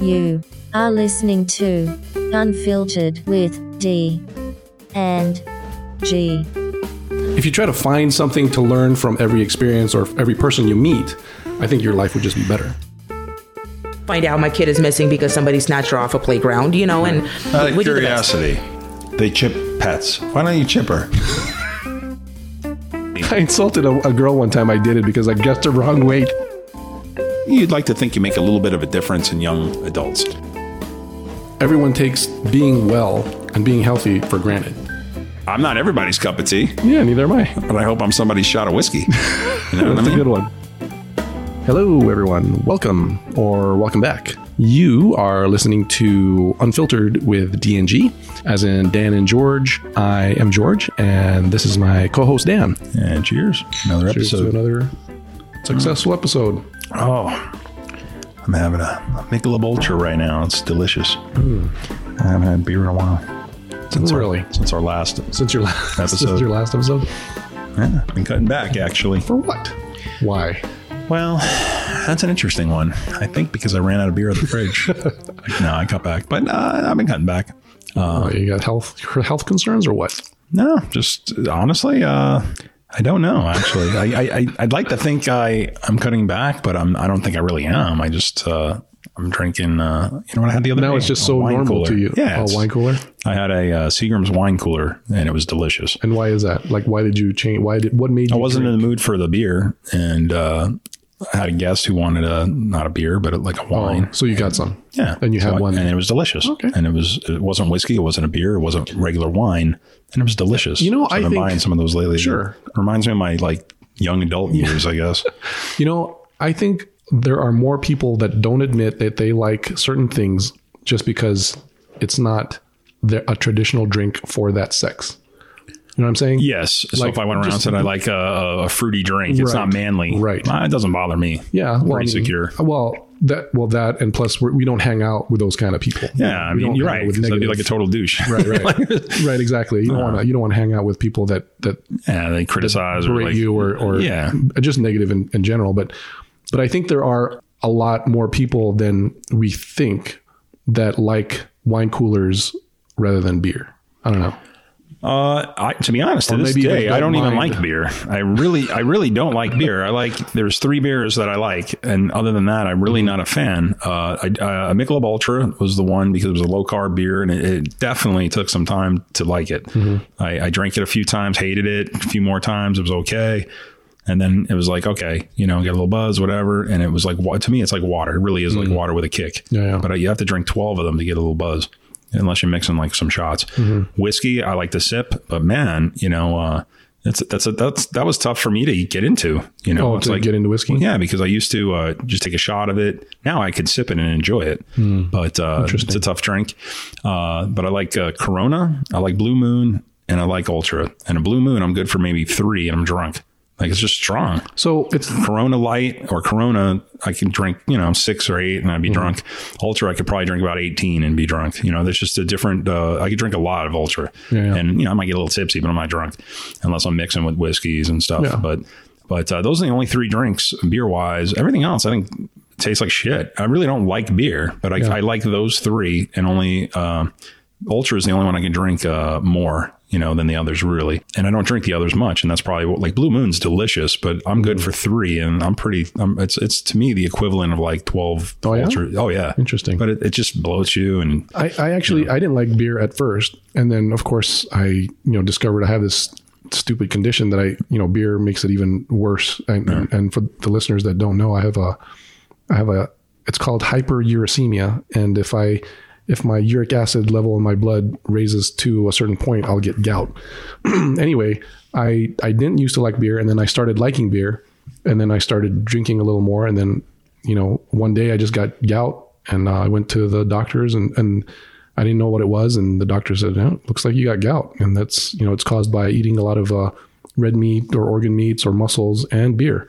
You are listening to Unfiltered with D and G. If you try to find something to learn from every experience or every person you meet, I think your life would just be better. Find out my kid is missing because somebody snatched her off a playground, you know, and Out of we do the best. Uh, curiosity, they chip pets. Why don't you chip her? I insulted a, a girl one time I did it because I guessed the wrong weight. You'd like to think you make a little bit of a difference in young adults. Everyone takes being well and being healthy for granted. I'm not everybody's cup of tea, Yeah, neither am I. but I hope I'm somebody's shot of whiskey. You know what I That's a mean? good one. Hello, everyone. Welcome or welcome back. You are listening to Unfiltered with DNG, as in Dan and George. I am George, and this is my co host, Dan. And cheers. Another Here's to episode. another successful episode. Oh, I'm having a Michelob Ultra right now. It's delicious. I haven't had beer in a while. Since Really? Our, since our last. Since your last Episode. Since your last episode? Yeah, been cutting back, actually. For what? Why? Well, that's an interesting one. I think because I ran out of beer at the fridge. Like, no, I cut back, but uh, I've been cutting back. Uh, Oh, you got health health concerns or what? No, just uh, honestly, uh, I don't know. Actually, I, I, I I'd like to think I I'm cutting back, but I'm I don't think I really am. I just uh, I'm drinking. Uh, you know what I had the other Now day? it's just A so wine normal cooler. to you. Yeah, Oh, it's- wine cooler. I had a uh, Seagram's wine cooler, and it was delicious. And why is that? Like, why did you change? Why did what made you? I wasn't drink? in the mood for the beer, and uh, I had a guest who wanted a not a beer, but like a wine. Oh, so you got some. Yeah, And you So had I- one. and it was delicious. Okay. and it was it wasn't whiskey, it wasn't a beer, it wasn't regular wine, and it was delicious. You know, So I I've been think- buying some of those lately. Sure. It reminds me of my like young adult years, I guess. You know, I think there are more people that don't admit that they like certain things just because it's not their, a traditional drink for that sex. You know what I'm saying? Yes. So Like, if I went around just- and said I like a, a fruity drink, it's Right. not manly, Right. Uh, it doesn't bother me. Yeah. Well, Pretty secure. Well, that well that and plus we're, we don't hang out with those kind of people. Yeah, I We mean don't you're hang out right. With 'cause I'd be negative. like a total douche. right, right, right. Exactly. You don't want to. You don't want to hang out with people that that yeah, they criticize or berate like you or, or yeah. just negative in, in general. But but I think there are a lot more people than we think that like wine coolers rather than beer. I don't know. Uh, I, to be honest, to this maybe you day, don't I don't even mind. like beer. I really, I really don't like beer. I like there's three beers that I like, and other than that, I'm really not a fan. Uh, I, uh, a Michelob Ultra was the one because it was a low carb beer, and it, it definitely took some time to like it. Mm-hmm. I, I drank it a few times, hated it a few more times. It was okay, and then it was like okay, you know, get a little buzz, whatever. And it was like wa- to me, it's like water. It really is like water with a kick. Mm. yeah. But uh, you have to drink twelve of them to get a little buzz unless you're mixing like some shots. Mm-hmm. Whiskey, I like to sip, but man, you know, uh, that's that's a, that's that was tough for me to get into. You know, Oh, It's to like- get into whiskey? Yeah, because I used to uh, just take a shot of it. Now I could sip it and enjoy it, but uh, it's a tough drink. Uh, but I like uh, Corona, I like Blue Moon, and I like Ultra. And a Blue Moon, I'm good for maybe three, and I'm drunk. Like it's just strong. So it's Corona Light or Corona, I can drink, you know, six or eight and I'd be Mm-hmm. drunk. Ultra, I could probably drink about 18 and be drunk. You know, there's just a different, uh, I could drink a lot of Ultra. yeah. And, you know, I might get a little tipsy, but I'm not drunk unless I'm mixing with whiskeys and stuff. Yeah. But, but uh, those are the only three drinks beer wise. Everything else, I think, tastes like shit. I really don't like beer, but I, I like those three and only, uh, Ultra is the only one I can drink uh, more, you know, than the others really. And I don't drink the others much, and that's probably what, like Blue Moon's delicious, but I'm Mm. good for three, and I'm pretty. I'm, it's it's to me the equivalent of like twelve Oh, yeah? Ultra. Oh yeah, Interesting. But it, it just bloats you, and I, I actually I didn't like beer at first, and then of course I you know discovered I have this stupid condition that I you know beer makes it even worse. And, and, and for the listeners that don't know, I have a I have a it's called hyperuricemia, and if I if my uric acid level in my blood raises to a certain point, I'll get gout. anyway, I I didn't used to like beer, and then I started liking beer, and then I started drinking a little more, and then you know one day I just got gout, and uh, I went to the doctors, and and I didn't know what it was, and the doctor said, "Yeah, looks like you got gout, and that's you know it's caused by eating a lot of uh, red meat or organ meats or mussels and beer."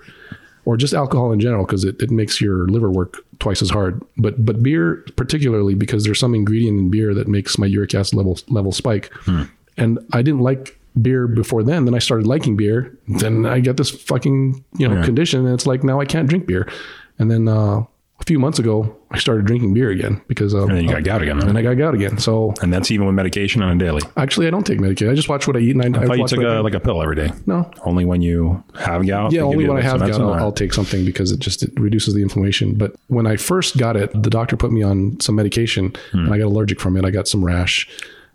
Or just alcohol in general, because it, it makes your liver work twice as hard. But but beer particularly, because there's some ingredient in beer that makes my uric acid level level spike Hmm. and I didn't like beer before then. Then I started liking beer. Then I got this fucking you know condition, and it's like now I can't drink beer. And then uh, a few months ago, I started drinking beer again because um, And then you got gout again. and Huh? I got gout again. So And that's even with medication on a daily. actually, I don't take medication. I just watch what I eat and I, I I thought you watch took what I a, drink. like a pill every day. no. Only when you have gout. Yeah, they give only you when I some have gout, medicine? I'll, All right. I'll take something because it just it reduces the inflammation. But when I first got it, the doctor put me on some medication, Hmm. and I got allergic from it. I got some rash,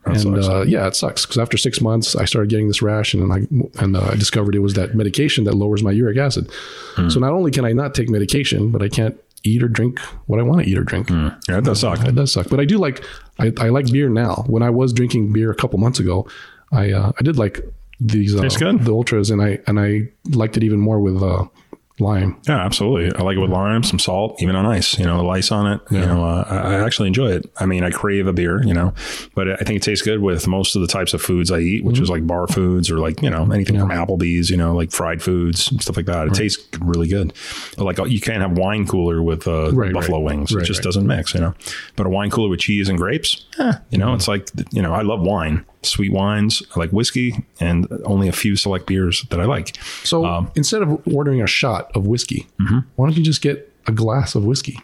and uh, yeah, it sucks because after six months, I started getting this rash, and then I and uh, I discovered it was that medication that lowers my uric acid. Hmm. So not only can I not take medication, but I can't eat or drink what I want to eat or drink. Hmm. Yeah, that does suck. It does suck, but I do like I, I like beer now. When I was drinking beer a couple months ago, I uh, I did like these uh, Tastes good. the ultras, and I and I liked it even more with uh, lime. Yeah, absolutely. I like it with lime, some salt, even on ice. You know, the ice on it. You know, uh, I I actually enjoy it. I mean, I crave a beer. You know, but I think it tastes good with most of the types of foods I eat, which Mm-hmm. is like bar foods or like you know anything from Applebee's. You know, like fried foods and stuff like that. It tastes really good. But like you can't have wine cooler with uh, Right, buffalo right. wings. it Right, just right. doesn't mix. You know, but a wine cooler with cheese and grapes. Eh, you Mm-hmm. know, it's like you know I love wine, sweet wines. I like whiskey, and only a few select beers that I like. So Um, instead of ordering a shot of whiskey, mm-hmm. why don't you just get a glass of whiskey?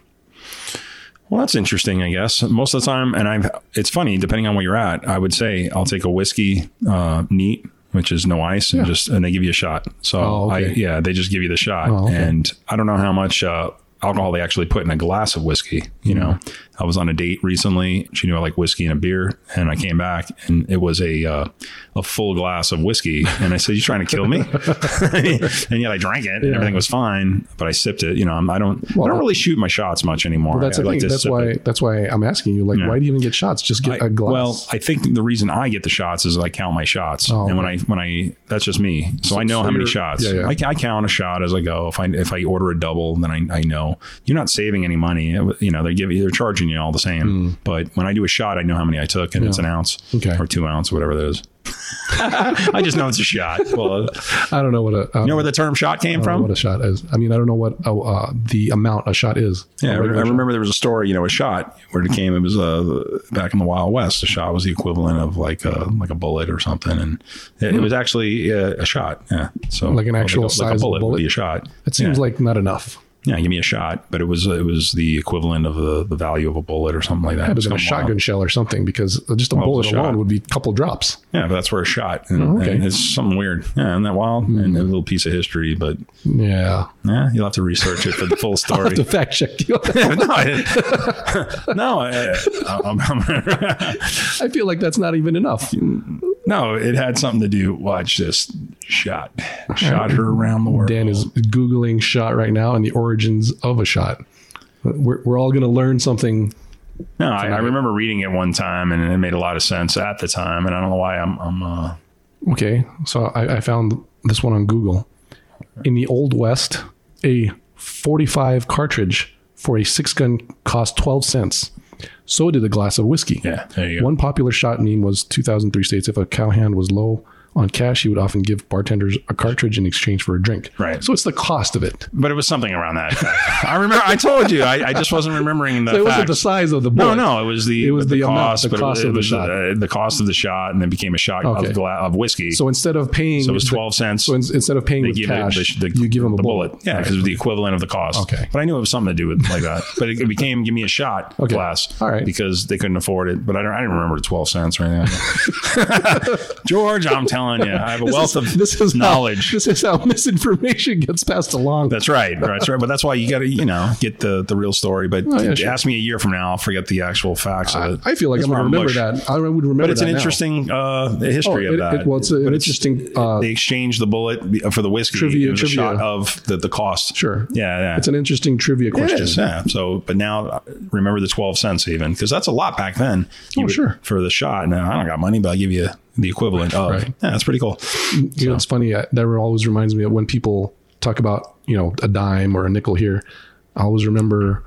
Well, that's interesting, I guess. Most of the time, and I've, it's funny, depending on where you're at, I would say I'll take a whiskey uh, neat, which is no ice, and just, and they give you a shot. So, Oh, okay. Oh, I, yeah, they just give you the shot. okay. And I don't know how much uh, alcohol they actually put in a glass of whiskey. You know, Mm-hmm. I was on a date recently. She knew I like whiskey and a beer, and I came back, and it was a, uh, a full glass of whiskey. And I said, You trying to kill me? and yet I drank it, and everything was fine, but I sipped it. You know, I'm, I don't, I don't really shoot my shots much anymore. That's I the like thing. to That's sip why it. that's why I'm asking you. Like, why do you even get shots? Just get a I- glass. Oh, Well, I think the reason I get the shots is I count my shots, and when I when I that's just me, so, I know how many you're- shots. yeah, yeah. I, ca- I count a shot as I go. If I if I order a double, then I, I know you're not saving any money. It w- You know they give you they're charging you all the same. But when I do a shot, I know how many I took, and it's an ounce Hmm. Okay. or two ounce, whatever that is. I just know it's a shot. Well, uh, I don't know what a I don't you know where the term shot came know from? what a shot is. I mean, I don't know what uh, uh, the amount a shot is. Yeah, A I re- I regular shot. remember there was a story, you know, a shot where it came. It was uh, back in the Wild West. A shot was the equivalent of like a like a bullet or something, and it, it was actually uh, a shot. Yeah, so Hmm. Like an actual like a, like size a bullet, bullet? would be a shot. It seems yeah. like not enough. yeah, give me a shot, but it was uh, it was the equivalent of uh, the, the value of a bullet or something like that. It was It in a was something shotgun wild. shell or something because just a bullet a alone shot. would be a couple drops. Yeah, but that's where a shot. And, Oh, okay. Hmm. and it's something weird. Yeah, isn't that wild? And a little piece of history, but Yeah. yeah, you'll have to research it for the full story. to fact check you. no, I didn't. no, I, I'm, I'm, I feel like that's not even enough. No, it had something to do. Watch this. Shot. Shot her around the world. Dan is Googling shot right now and the origins of a shot. We're, we're all going to learn something. No, I, I remember reading it one time and it made a lot of sense at the time. And I don't know why I'm, I'm uh, Okay. So I, I found this one on Google. In the Old West, a 45 cartridge for a six gun cost 12 cents. So did a glass of whiskey. yeah, there you go. One popular shot meme was 2003 states if a cowhand was low on cash, he would often give bartenders a cartridge in exchange for a drink. Right. So it's the cost of it. but it was something around that. I remember, I told you, I, I just wasn't remembering the So it wasn't fact. the size of the no, bullet. no, it was the It was the, the amount, cost, the but it cost was- it, of the was shot. uh, the cost of the shot, and it became a shot Okay. of, gla- of whiskey. So instead of paying, it was twelve cents. So in, instead of paying with give it cash, the- the- you give them a the bullet. Yeah, because it was the equivalent of the cost. Okay. But I knew it was something to do with like that. But it, it became give me a shot Okay. glass. All right. Because they couldn't afford it. But I don't. I didn't remember the twelve cents or anything. George, I'm telling you, I have a wealth this of is, this is knowledge. How, this is how misinformation gets passed along. That's right. That's right. But that's why you got to, you know, get the the real story. But Oh, yeah, sure. ask me a year from now, I'll forget the actual facts of it. I feel like I'm That's where going to remember mush. that. I would remember But it's that an now. interesting uh, history Oh, of it- that. it- well, it's an But interesting, uh, they exchanged the bullet for the whiskey. Trivia- It was a trivia. shot of the, the cost. Sure. Yeah, yeah. It's an interesting trivia It question. is, yeah. So, but now uh, remember the twelve cents even because that's a lot back then. Oh, You would- sure. For the shot, now I don't got money, but I'll give you the equivalent of. Right. Yeah, that's pretty cool. You know, it's funny. I, that always reminds me of when people talk about, you know, a dime or a nickel here. I always remember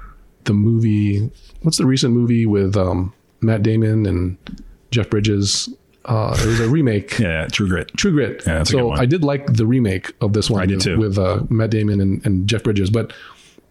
the movie. What's the recent movie with um, Matt Damon and Jeff Bridges? Uh, it was a remake. Yeah, True Grit. True Grit. Yeah, that's a so good one. I did like the remake of this one. I did too. With uh, Matt Damon and, and Jeff Bridges, but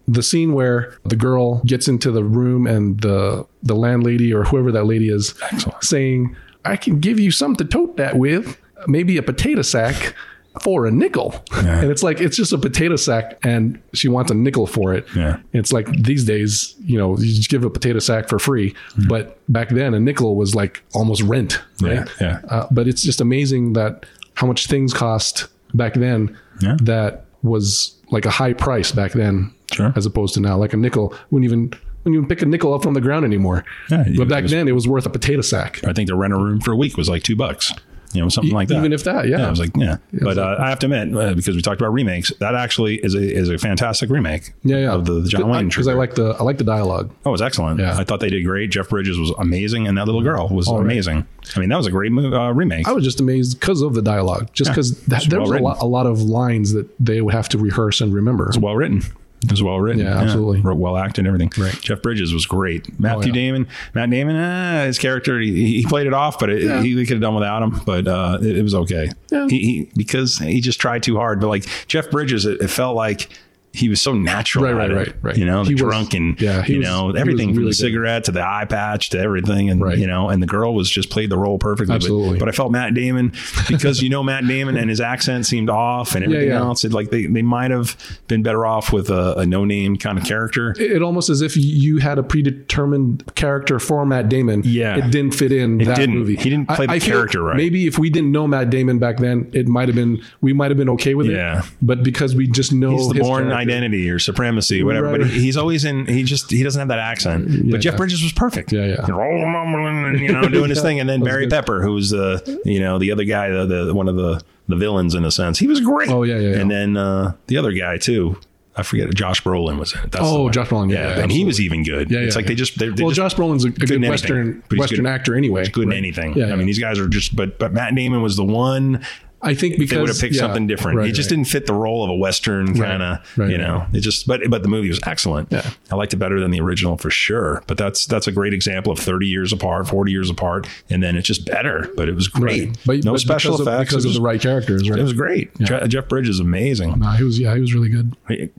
the scene where the girl gets into the room and the the landlady or whoever that lady is saying, "I can give you something to tote that with, maybe a potato sack." for a nickel. Yeah. And it's like, it's just a potato sack and she wants a nickel for it. Yeah. It's like these days, you know, you just give a potato sack for free. Hmm. But back then, a nickel was like almost rent. Yeah, Right. yeah. Uh, but it's just amazing that how much things cost back then Yeah. that was like a high price back then Sure. as opposed to now. Like a nickel wouldn't even. wouldn't even pick a nickel up from the ground anymore. Yeah, you- but back it was- then, it was worth a potato sack. I think the rent a room for a week was like two bucks. You know, something like that. E, Even if that, yeah. I was like, yeah. But uh, I have to admit, uh, because we talked about remakes, that actually is a is a fantastic remake. Yeah, yeah. Of the, the John Wayne because I tribute. like the I like the dialogue. Oh, it was excellent. Yeah. I thought they did great. Jeff Bridges was amazing, and that little girl was amazing. I mean, that was a great mo- uh, remake. I was just amazed because of the dialogue, just because it's there was a well-written. lot, a lot of lines that they would have to rehearse and remember. well written. It was well written. Yeah, absolutely. Oh, Wrote Well acted and everything. Right. Jeff Bridges was great. Matthew Damon, Matt Damon, ah, his character, he, he played it off, but it, he, could have done without him, but uh, it, it was okay. Yeah. He, he Because he just tried too hard. But like Jeff Bridges, it, it felt like he was so natural. Right, at right, it. right, right. You know, the He was- drunk and, yeah, he you was- know, he was everything from really good. the cigarette to the eye patch to everything. And, Right. you know, and the girl was just played the role perfectly. But- Absolutely. But, I felt Matt Damon, because you know Matt Damon and his accent seemed off and everything yeah. else. It's like they, they might have been better off with a, a no name kind of character. It, it almost as if you had a predetermined character for Matt Damon. Yeah. it didn't fit in that didn't. movie. He didn't play the feel character right. Maybe if we didn't know Matt Damon back then, it might have been we might have been okay with Yeah. it. But because we just know He's the his born character- identity or supremacy, whatever. Right. But he- he's always in. He just he doesn't have that accent. but Jeff Bridges was perfect. Yeah, yeah. Rolling, mumbling, and, you know, doing his thing. And then That was Barry good. Pepper, who was the you know the other guy, the, the one of the the villains in a sense. He was great. Oh, yeah, yeah, yeah. And then uh, the other guy too. I forget. Josh Brolin was in it. That's Oh, the one. Josh Brolin, yeah, and yeah, he absolutely. was even good. Yeah, it's yeah, like they yeah. just. They're, they're Well, just Josh Brolin's a, a good, in anything. Western But he's Western good- actor anyway. He's good Right. in anything. Yeah, I yeah. mean, these guys are just. But but Matt Damon was the one. I think because they would have picked yeah, something different. right, it just right. didn't fit the role of a western Right, kind of, right, you know. It just, but but the movie was excellent. Yeah. I liked it better than the original for sure. But that's that's a great example of thirty years apart, forty years apart, and then it's just better. But it was great. Right. But no but special because effects of, because it of was, the Mm-hmm. right characters. Right. It was great. Je- Jeff Bridges is amazing. Nah, he was yeah, he was really good. He-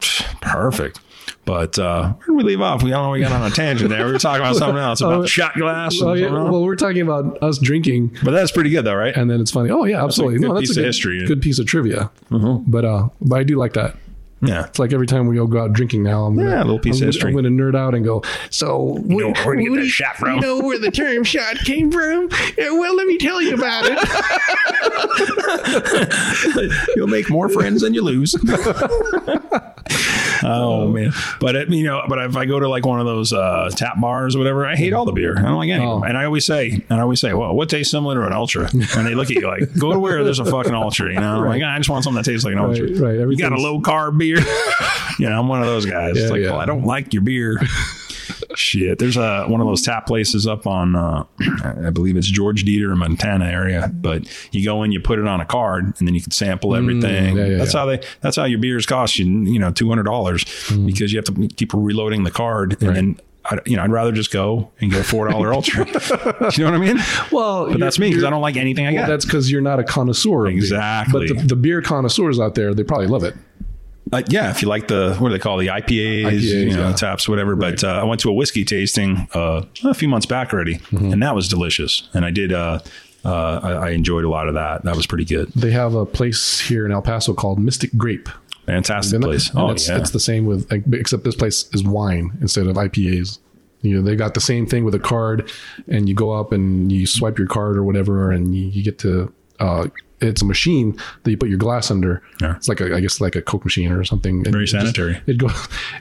Perfect. But uh, where did we leave off? We I don't know we got on a tangent there. We were talking about something else about Oh, shot glass. and Oh, yeah. something else. Well, we're talking about us drinking, but that's pretty good though, right? and then it's funny. Oh yeah, absolutely. good no, that's piece a of good, history. Mm-hmm. good piece of trivia. But uh, but I do like that. yeah. It's like every time we all go out drinking now, I'm gonna, Yeah, a little piece I'm of history. Gonna, I'm going to nerd out and go. So you know where to get that shot from?" You know where the term "shot" came from? Yeah, well, let me tell you about it. You'll make more friends than you lose. oh man! But it, you know, but if I go to like one of those uh, tap bars or whatever, I hate all the beer. I don't like any. of them. Oh. And I always say, and I always say, well, what tastes similar to an ultra? And they look at you like, go to where there's a fucking ultra. You know, like I just want something that tastes like an ultra. Right, right. You got a Everything's- low carb beer. you know, I'm one of those guys. it's Yeah, like, yeah. well, I don't like your beer. Shit, there's a one of those tap places up on, uh, I believe it's George Dieter in Montana area. But you go in, you put it on a card, and then you can sample everything. Mm, yeah, yeah, that's yeah. how they. That's how your beers cost you, you know, two hundred dollars Mm. because you have to keep reloading the card, and then I, you know, I'd rather just go and get a four dollar ultra. you know what I mean? Well, But that's me because I don't like anything I Well, got. that's because you're not a connoisseur. of beer. Exactly. But the, the beer connoisseurs out there, they probably love it. Uh, yeah, if you like the what do they call it, the IPAs, you know, yeah. taps, whatever. But uh, I went to a whiskey tasting uh, a few months back already, and that was delicious. And I did, uh, uh, I, I enjoyed a lot of that. That was pretty good, They have a place here in El Paso called Mystic Grape. fantastic place. And Oh it's, yeah, it's the same with like, except this place is wine instead of IPAs. You know, they got the same thing with a card, and you go up and you swipe your card or whatever, and you, you get to. Uh, it's a machine that you put your glass under. Yeah. It's like a, I guess like a Coke machine or something. Very sanitary. it goes.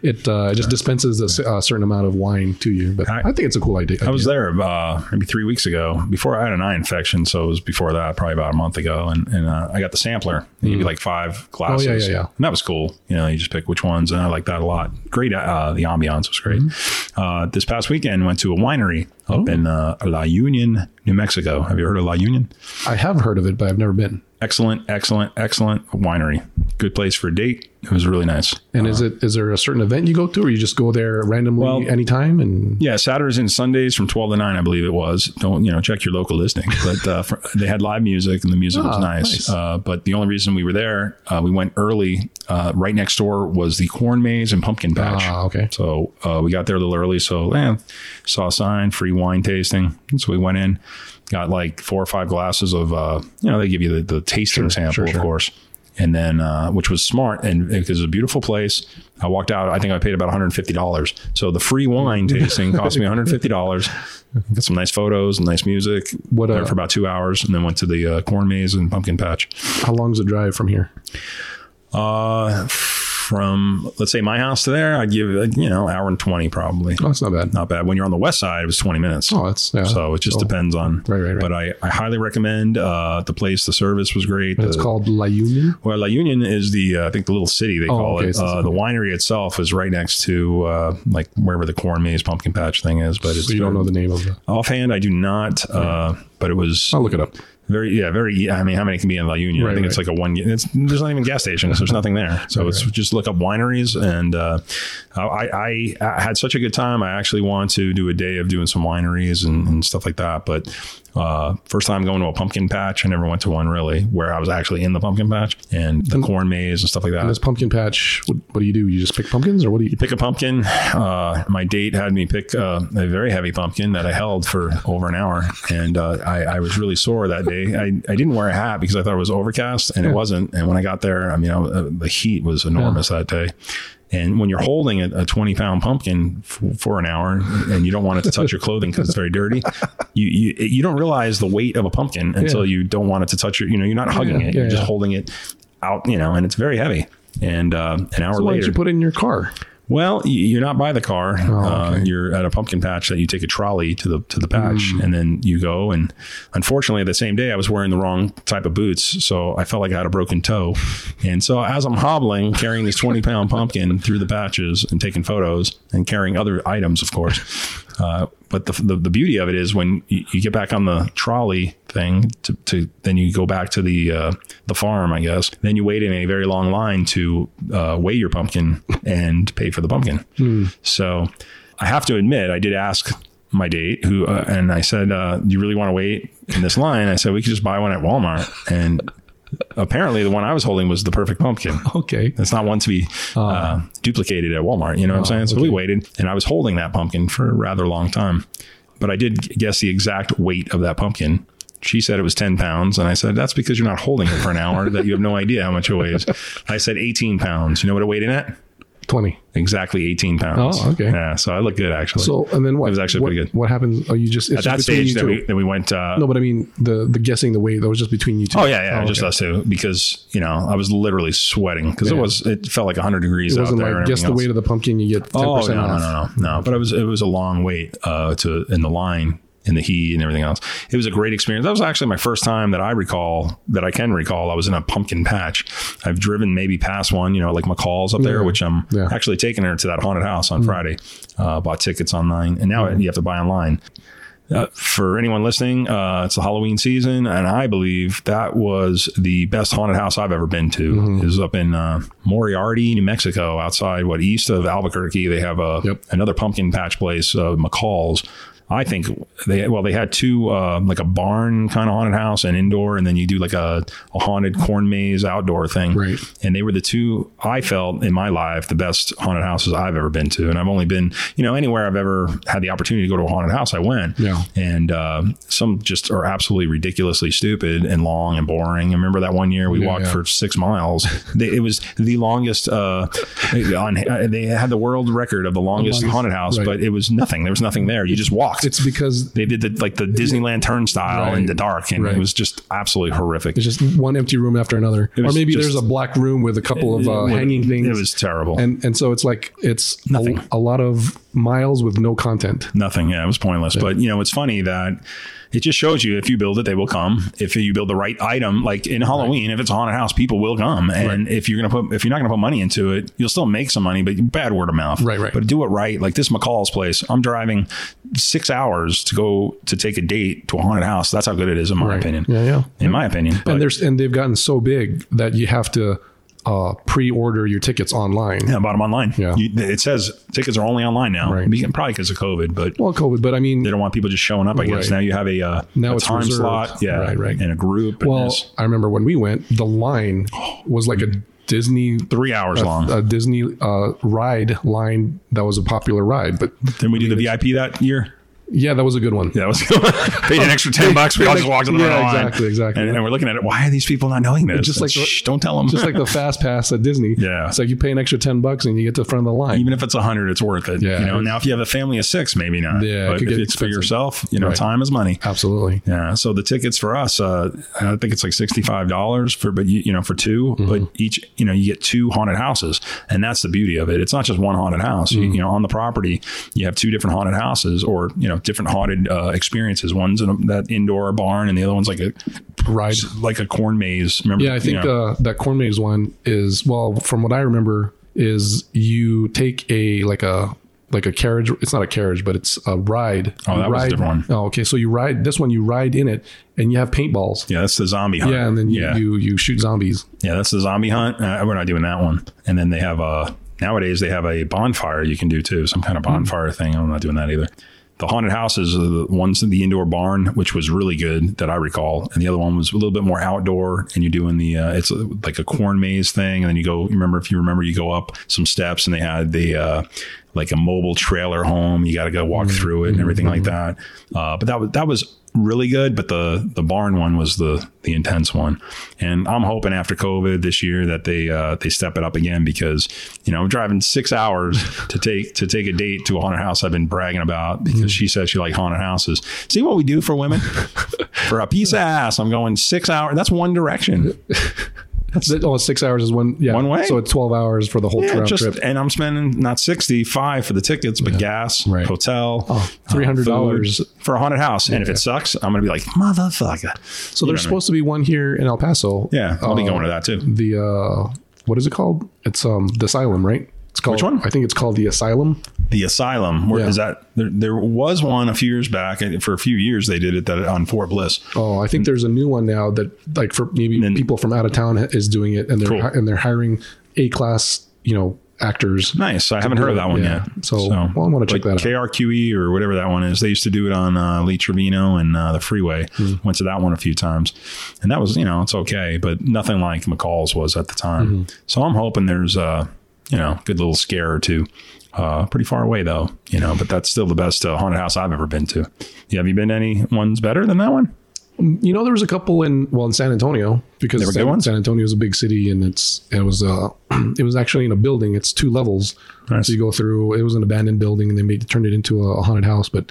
It uh, just dispenses a, s- a certain amount of wine to you. But I, I- think it's a cool idea. I was there uh, maybe three weeks ago before I had an eye infection. So it was before that, probably about a month ago. And, and uh, I got the sampler, and you get like five glasses. Hmm. Oh, yeah, yeah. And that was cool. You know, you just pick which ones. And I like that a lot. Great. Uh, the ambiance was great. Mm-hmm. Uh, this past weekend, went to a winery Oh. up in uh, La Union, New Mexico. Have you heard of La Union? I have heard of it, but I've never been. Excellent, excellent, excellent winery. Good place for a date. It was really nice. And is it is there a certain event you go to, or you just go there randomly Uh-huh. Well- anytime? And Yeah, Saturdays and Sundays from twelve to nine, I believe it was. Don't you know? Check your local listing. But uh, for, they had live music, and the music was Ah, nice. nice. Uh, but the only reason we were there, uh, we went early. Uh, right next door was the corn maze and pumpkin patch. ah, okay, So uh, we got there a little early. So eh, saw a sign, free wine tasting. So we went in, got like four or five glasses of, uh, you know, they give you the, the tasting sample, sure, of sure. course. and then uh, which was smart and because it's a beautiful place. I walked out. I think I paid about 150 dollars. So the free wine tasting cost me 150 dollars. Got some nice photos, and nice music. What, there uh, for about two hours, and then went to the uh, corn maze and pumpkin patch. How long's the drive from here? Uh, from let's say my house to there, I'd give it you know hour and twenty probably. Oh, that's not bad. Not bad. When you're on the west side, it was twenty minutes. Oh, that's yeah. so it just depends on. Right, right, right. But I, I highly recommend uh, the place. The service was great. It's The- called La Union. Well, La Union is the uh, I think the little city they call Oh, okay, it. so it's- uh, the winery itself is right next to uh, like wherever the corn maze pumpkin patch thing is. But it's So you don't know the name of it. offhand. I do not. Uh, but it was I'll look it up. very yeah very. e, I mean, how many can be in La Union? I Right, think it's right. like a one. It's there's not even gas stations. There's nothing there. So it's just look up wineries. And uh, I, I I had such a good time. I actually want to do a day of doing some wineries and, and stuff like that. But uh, first time going to a pumpkin patch. I never went to one really where I was actually in the pumpkin patch and the corn maze and stuff like that This pumpkin patch. What, what do you do? You just pick pumpkins, or what do you? pick a pumpkin. Uh, my date had me pick uh, a very heavy pumpkin that I held for over an hour, and uh, I, I was really sore that day. I, I didn't wear a hat because I thought it was overcast, and it wasn't. And when I got there, I mean, I, uh, the heat was enormous that day. And when you're holding a, a 20 pound pumpkin f- for an hour and you don't want it to touch your clothing because it's very dirty, you, you you don't realize the weight of a pumpkin until you don't want it to touch your, you know, you're not hugging Yeah, it, yeah, you're just yeah. holding it out, you know, and it's very heavy. And uh, an hour Why don't later, you put it in your car? well, y- you're not by the car. uh, okay. you're at a pumpkin patch that you take a trolley to the to the patch, and then you go. And unfortunately, the same day I was wearing the wrong type of boots, so I felt like I had a broken toe. And so as I'm hobbling, carrying this 20 pound pumpkin through the patches and taking photos and carrying other items, of course. Uh, but the, the the beauty of it is when you, you get back on the trolley thing to, to then you go back to the uh, the farm, I guess. Then you wait in a very long line to uh, weigh your pumpkin and pay for the pumpkin. So I have to admit, I did ask my date who, uh, and I said, uh, "Do you really want to wait in this line?" I said, "We could just buy one at Walmart." And apparently, the one I was holding was the perfect pumpkin. Okay. It's not one to be uh, Ah. duplicated at Walmart. You know what I'm saying? So we waited, and I was holding that pumpkin for a rather long time. But I did guess the exact weight of that pumpkin. She said it was 10 pounds. And I said, that's because you're not holding it for an hour, that you have no idea how much it weighs. I said 18 pounds. You know what it weighed in at? Twenty. Exactly 18 pounds. Oh, okay. Yeah. So I looked good, actually. So and then what? It was actually what, pretty good. What happens? Are you just it's At that just between stage, you then two? we, then we went. Uh, No, but I mean the the guessing the weight that was just between you two. Oh yeah, yeah, just okay. us two because you know I was literally sweating because it Yeah. was it felt like 100 degrees It out wasn't there. like and guess the everything else. weight of the pumpkin, you get ten Oh no, percent no, off. no, no, no! But it was it was a long wait uh, to in the line in the heat and everything else. It was a great experience. That was actually my first time that I recall that I can recall. I was in a pumpkin patch. I've driven maybe past one, you know, like McCall's up there, which I'm Yeah. Hmm. actually taking her to that haunted house on Friday. Uh, bought tickets online, and now you have to buy online. Uh, for anyone listening, uh, it's the Halloween season, and I believe that was the best haunted house I've ever been to. Mm-hmm. It was up in uh, Moriarty, New Mexico, outside what east of Albuquerque. They have a Yep. another pumpkin patch place, uh, McCall's. I think they well they had two uh, like a barn kind of haunted house and indoor, and then you do like a, a haunted corn maze outdoor thing. Right. And they were the two I felt in my life the best haunted houses I've ever been to, and I've only been you know anywhere I've ever had the opportunity to go to a haunted house, I went. Yeah. And uh, some just are absolutely ridiculously stupid and long and boring. I remember that one year we Yeah, walked yeah. for six miles. they, it was the longest. Uh, on uh, they had the world record of the longest longest- haunted house, right. but it was nothing. There was nothing there. You just walked. It's because they did the like the Disneyland turnstile in Right. the dark, and Right. it was just absolutely horrific. it's just one empty room after another, or was maybe just- there's a black room with a couple of uh, It was- hanging things. It was terrible. and and so it's like it's a- Nothing. A, lot of miles with no content. nothing. Yeah, it was pointless. But you know, it's funny that it just shows you if you build it, they will come. If you build the right item, like in Halloween, if it's a haunted house, people will come. And if you're gonna put, if you're not gonna put money into it, you'll still make some money, but bad word of mouth. Right, right. But do it right. Like this McCall's place, I'm driving six hours to go to take a date to a haunted house. That's how good it is, in my opinion. Yeah, yeah. In my opinion, but and there's and they've gotten so big that you have to uh, pre-order your tickets online. yeah, I bought them online. Yeah. You, it says tickets are only online now, Right. Be- probably because of COVID, but Well, COVID, but I mean, they don't want people just showing up. I guess Right. now you have a uh, Now a it's time reserved. slot, yeah, Right, right. and a group. and well, this. I remember when we went, the line was like a Disney three hours long. a Disney uh, ride line that was a popular ride, but Didn't we do the VIP that year? Yeah, that was a good one. That was paid an extra ten bucks. We all just walked in the Yeah, middle line. exactly, exactly. And, and we're looking at it. Why are these people not knowing this? Just like It's, the- Shh, don't tell them. Just like the fast pass at Disney. Yeah. It's like you pay an extra 10 bucks and you get to the front of the line. even if it's a hundred, it's worth it. Yeah. You know, now if you have a family of six, maybe not. Yeah, it But could if get it's for expensive. yourself, you know, Right. time is money. Absolutely. Yeah. So the tickets for us, uh, I think it's like sixty-five dollars for, but you, you know, for 2 But Mm-hmm. each, you know, you get two haunted houses, and that's the beauty of it. It's not just one haunted house. You, Mm-hmm. you know, on the property, you have two different haunted houses, or you know, different haunted uh, experiences. One's in a, that indoor barn, and the other one's like a Right. like a corn maze. Remember? Yeah, I think You know, uh, that corn maze one is well, from what I remember, is you take a like a like a carriage. It's not a carriage, but it's a ride. Oh, that You was a ride- different Oh, okay. So you ride this one. You ride in it, and you have paintballs. yeah, that's the zombie Yeah, hunt. and then you, yeah. you you shoot zombies. Yeah, that's the zombie hunt. Uh, we're not doing that one. And then they have a nowadays they have a bonfire you can do too, some kind of bonfire thing. I'm not doing that either. The haunted houses, are the ones in the indoor barn, which was really good that I recall, and the other one was a little bit more outdoor. And you're doing the uh, it's uh, like a corn maze thing, and then you go. you Remember if you remember, you go up some steps, and they had the uh, like a mobile trailer home. You got to go walk through it and everything like that. Uh, but that was that was really good, but the the barn one was the the intense one. And I'm hoping after COVID this year that they uh, they step it up again because you know I'm driving six hours to take to take a date to a haunted house I've been bragging about because she says she likes haunted houses. See what we do for women for a piece of ass. I'm going six hours. That's one direction. That's it. Oh, six hours is one. Yeah, One way? So it's twelve hours for the whole Yeah, round just trip. and I'm spending not sixty five for the tickets, but gas, Right. hotel, Oh, $300. uh, food for a haunted house. And if it sucks, I'm gonna be like motherfucker. So there's supposed to be one here in El Paso. Yeah, I'll be Uh, going to that too. The uh, what is it called? It's um the asylum, right? It's called. Which one? I think it's called the asylum. the asylum where is Yeah. that there, there was one a few years back and for a few years they did it that on fort bliss Oh, I think there's a new one now that like for maybe Mm. Then- people from out of town is doing it, and they're Cool. hi- and they're hiring A class, you know, actors. nice i haven't heard of that one Yeah. yet So, well, I wanna check that out. krqe E or whatever that one is they used to do it on uh, lee trevino and uh, the freeway Mm-hmm. went to that one a few times and that was you know it's okay but nothing like mccall's was at the time Mm-hmm. so i'm hoping there's a you know good little scare or two uh, pretty far away though you know but that's still the best uh, haunted house i've ever been to yeah, have you been to any ones better than that one You know, there was a couple in well in San Antonio because were good San, ones? San Antonio is a big city, and it's it was uh it was actually in a building. It's two levels, Nice. so you go through. It was an abandoned building, and they made turned it into a haunted house, but.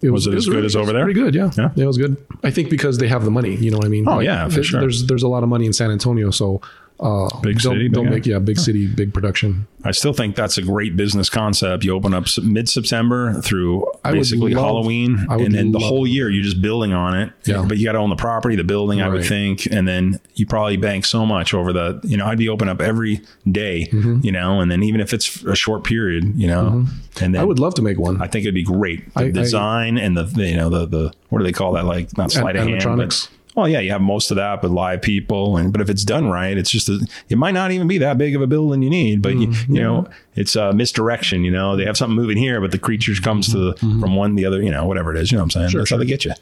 It was, it as good really- as it over was there? Pretty good, yeah. Yeah? It was good. I think because they have the money, you know what I mean? Oh, yeah, for there- sure. There's there's a lot of money in San Antonio, so uh, Big don't, city, big don't guy. make yeah, big city, big production. I still think that's a great business concept. You open up s- mid-September through I would basically love- Halloween, I would and then the love- whole year you're just building on it. Yeah. But you got to own the property, the building, I would Right. think, and then you probably bank so much over the. You know, I'd be open up every day, Mm-hmm. You know, and then even if it's a short period, you know, and then Mm-hmm. I would love to make one. I think it'd be great. The I- I- design and the the, you know the the what do they call that? Like not sleight of hand, animatronics. but well, yeah, you have most of that, but live people, and but if it's done right, it's just a, it might not even be that big of a building you need, but Mm-hmm. you, you know it's uh, misdirection. You know they have something moving here, but the creature comes to the, Mm-hmm. from one the other. You know whatever it is, you know what I'm saying. That's how they get you.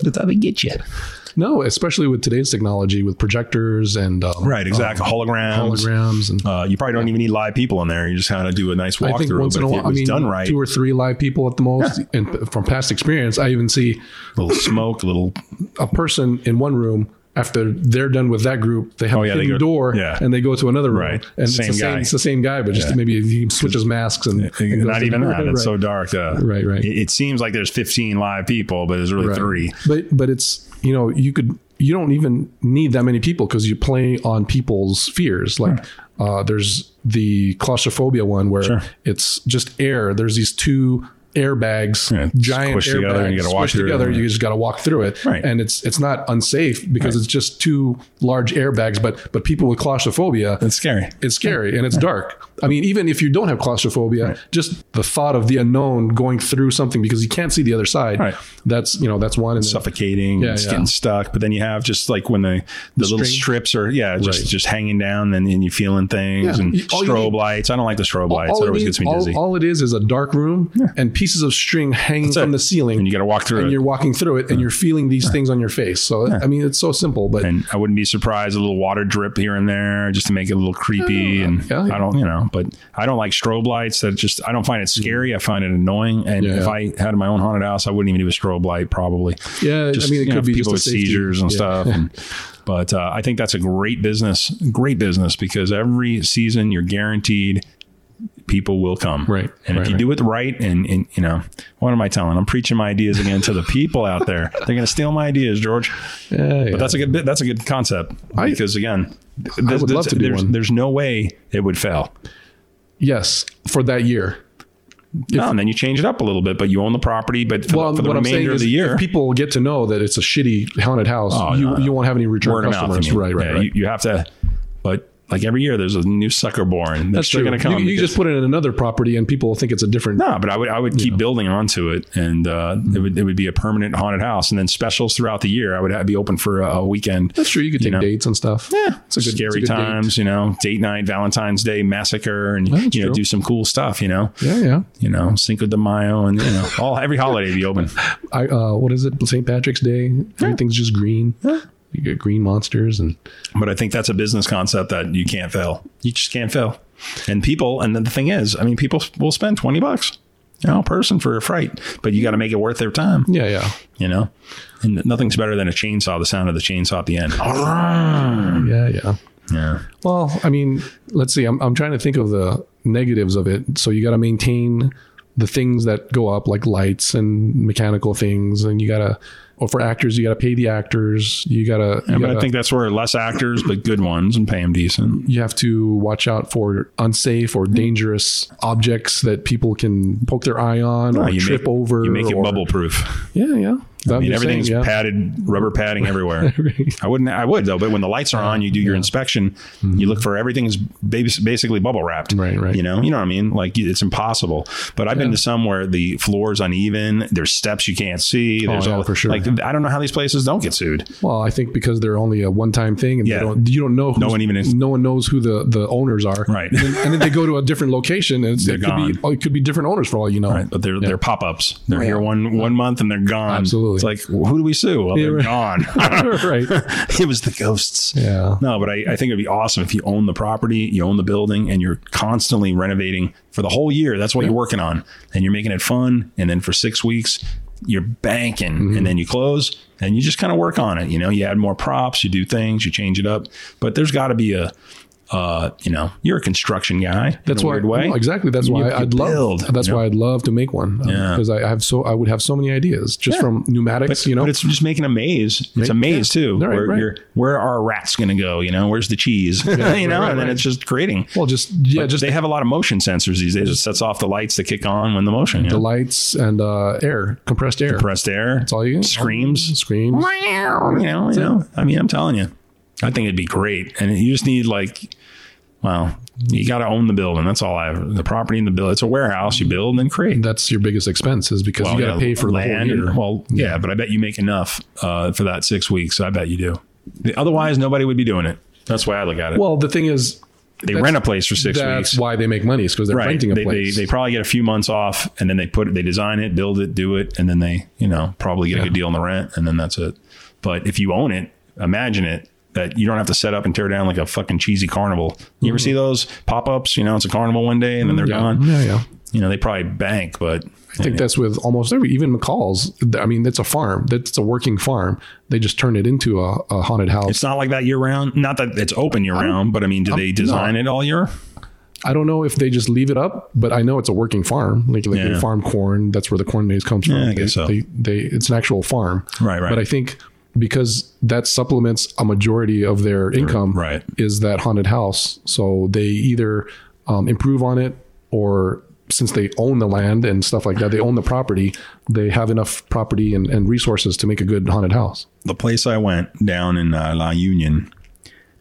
That's how they get you. No, especially with today's technology with projectors and um, Right, exactly. holograms. holograms and Uh, you probably don't even need live people in there. You just kind of do a nice I think walkthrough. once but in a if while, it I was mean, done right, two or three live people at the most. And from past experience, I even see little smoke, little a person in one room. After they're done with that group, they have Oh, yeah, a they hidden go- door yeah. and they go to another room. Right. And Same it's, the guy. Same, it's the same guy, but just Yeah. maybe he switches masks and, and goes not to- even that. It's Right. so dark. Uh, Right, right. It, it seems like there's 15 live people, but there's really Right. three. But but it's you know you could you don't even need that many people because you play on people's fears. Like uh, there's the claustrophobia one where it's just air. There's these two airbags, Yeah, giant airbags, squished together and you gotta walk squished through it. together. You just got to walk through it, Right. and it's it's not unsafe because it's just two large airbags. But but people with claustrophobia, It's scary. it's scary and it's dark. I mean, even if you don't have claustrophobia, just the thought of the unknown going through something because you can't see the other side. Right. That's you know that's one. And Suffocating, Yeah, it's yeah. getting stuck. But then you have just like when the, the, little string. strips are, yeah, just Right. just hanging down and, and you feeling things Yeah. and You- all you strobe need- lights. I don't like the strobe lights. all It it always is- gets me all- dizzy. all it is is a dark room and pieces of string hanging it. from the ceiling, And you got to walk through and it. you're walking through it, and you're feeling these things on your face. So I mean, it's so simple, but and I wouldn't be surprised a little water drip here and there just to make it a little creepy. And Oh, Yeah. I don't, you know, but I don't like strobe lights. That just I don't find it scary. I find it annoying. And Yeah. if I had my own haunted house, I wouldn't even do a strobe light probably. yeah, Just, I mean, it you could know, be people just a with safety- seizures and yeah. stuff. And, but uh, I think that's a great business, great business because every season you're guaranteed people will come. Right, And right, if you right. do it right, and, and you know, what am I telling? I'm preaching my ideas again to the people out there. They're going to steal my ideas, George. Yeah, yeah. But that's a good bit. That's a good concept I- because again, th- I would love to do there's, one. there's no way it would fail. yes for that year. no, and then you change it up a little bit, but you own the property. But for, Well, the, for the what I'm saying remainder of is, the year, if people get to know that it's a shitty haunted house, Oh, you no, no. you won't have any return word of mouth. I customers. mean. Right, right, Yeah, right. You, you have to, but like every year, there's a new sucker born. That's Sure. going to come. You, you because- just put it in another property, and people will think it's a different. no, but I would I would keep building onto it, and uh, it would it would be a permanent haunted house, and then specials throughout the year. I would have- be open for a, a weekend. That's true. You could take know. dates and stuff. Yeah, it's a good scary it's a good date. times, you know, date night, Valentine's Day massacre, and That's you know, true. do some cool stuff, you know. Yeah, yeah. you know, Cinco de Mayo and you know, all every holiday be open. I uh, what is it? St. Patrick's Day. Everything's just green. You get green monsters, and But I think that's a business concept that you can't fail. You just can't fail. And people, and then the thing is, I mean, people will spend twenty bucks, you know, a person for a fright, but you got to make it worth their time, yeah, yeah, you know. And nothing's better than a chainsaw, the sound of the chainsaw at the end. yeah, yeah. Yeah. Well, I mean, let's see. I'm I'm trying to think of the negatives of it. So you got to maintain the things that go up, like lights and mechanical things, and you got to. Or for actors, you got to pay the actors. You got to. But I think that's where less actors, but good ones, and pay them decent. you have to watch out for unsafe or dangerous objects that people can poke their eye on or you trip make, over. You make it or- bubble proof. Yeah, yeah. I mean, everything's yeah. padded, rubber padding everywhere. I wouldn't. I would though. But when the lights are on, you do your inspection. You look for everything's bas- basically bubble wrapped. Mm-hmm. Right, right. You know. You know what I mean. Like you- it's impossible. But I've been to some where the floor is uneven. There's steps you can't see. There's Oh, yeah, all for sure. Like I don't know how these places don't get sued. Well, I think because they're only a one-time thing, and Yeah. they don't, you don't know. who's- one even is- No one knows who the, the owners are. Right. And then, and then they go to a different location, and it's, it could gone. be oh, it could be different owners for all you know. Right. But they're they're pop ups. They're here one one month and they're gone. Absolutely. It's like who do we sue? Well, they're right. gone. Right. it was the ghosts. Yeah. No, but I, I think it'd be awesome if you own the property, you own the building, and you're constantly renovating for the whole year. That's what you're working on. And you're making it fun. And then for six weeks, you're banking. Mm-hmm. And then you close and you just kind of work on it. You know, you add more props, you do things, you change it up. But there's got to be a, uh, you know, you're a construction guy. That's in a why, weird way. no, exactly. That's You- why you I'd build, love. That's you know? why I'd love to make one Yeah. because I have so I would have so many ideas just from pneumatics. you know, But it's just making a maze. It's a maze too. Right, where right. you're, where are rats going to go? You know, where's the cheese? you know, and then it's just creating. well, just yeah, But just they have a lot of motion sensors these days. It sets off the lights that kick on when the motion. You the know? lights and uh, air, compressed air, Compressed air. That's all you get. Screams. screams. You know. You know. I mean, I'm telling you, I think it'd be great. And you just need like, well, you got to own the building. That's all I have. The property and the build. It's a warehouse. You build and create. Oh, That's your biggest expense is because you got to yeah, pay for land. The whole or- year. well, yeah, but I bet you make enough uh, for that six weeks. I bet you do. The- Otherwise, nobody would be doing it. That's why I look at it. well, the thing is, they that's- rent a place for six that's weeks. why they make money is because they're right. renting a they, place. They, they probably get a few months off and then they put it, they design it, build it, do it, and then they, you know, probably get a good deal on the rent and then that's it. But if you own it, imagine it that you don't have to set up and tear down like a fucking cheesy carnival. You ever see those pop ups? You know, it's a carnival one day and then they're yeah. gone. yeah, yeah. You know, they probably bank, but I think that's with almost every, even McCall's. I mean, that's a farm. That's a working farm. They just turn it into a, a haunted house. it's not like that year round. Not that it's open year round, but I mean, do they design it all year? I don't know if they just leave it up, but I know it's a working farm. Like, like Yeah. they farm corn. That's where the corn maze comes from. Yeah, I they, guess so. they, they, it's an actual farm. Right, right. But I think because that supplements a majority of their income right. is that haunted house. So they either um, improve on it or since they own the land and stuff like that, they own the property, they have enough property and, and resources to make a good haunted house. the place I went down in uh, La Union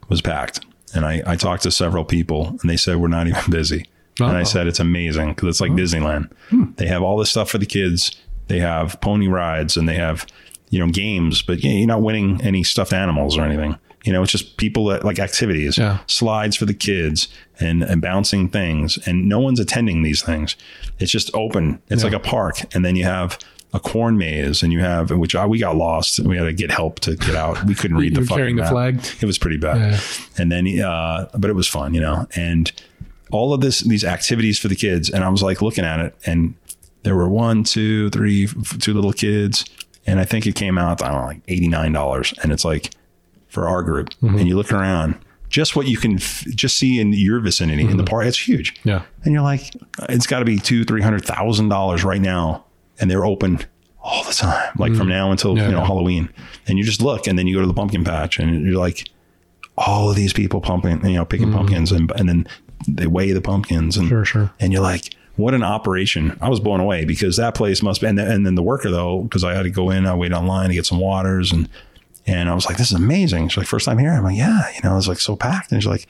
was packed. And I, I talked to several people and they said, we're not even busy. And I Uh-oh. Hmm. said, it's amazing because it's like Disneyland. They have all this stuff for the kids. They have pony rides and they have, you know, games, but yeah, you're not winning any stuffed animals or anything. You know, it's just people that like activities, Yeah. slides for the kids, and, and bouncing things, and no one's attending these things. It's just open. It's like a park, and then you have. A corn maze, and you have which I, we got lost, and we had to get help to get out. We couldn't read You the were fucking carrying the map. flag? It was pretty bad, Yeah. and then uh, but it was fun, you know. And all of this, these activities for the kids, and I was like looking at it, and there were one, two, three, f- two little kids, and I think it came out I don't know like eighty nine dollars, and it's like for our group, Mm-hmm. and you look around, just what you can f- just see in your vicinity in the park, it's huge, Mm-hmm. Yeah. and you're like, it's got to be two, three hundred thousand dollars right now, and they're open all the time, like from now until Mm. Yeah, you know yeah. Halloween, and you just look, and then you go to the pumpkin patch, and you're like, all of these people pumping, you know, picking pumpkins, and and then they weigh the pumpkins, and Mm. Sure, sure. and you're like. What an operation! I was blown away because that place must be, and, the, and then the worker though, because I had to go in, I waited online to get some waters, and and I was like, this is amazing. She's like, first time here. I'm like, yeah, you know, it's like so packed. And she's like,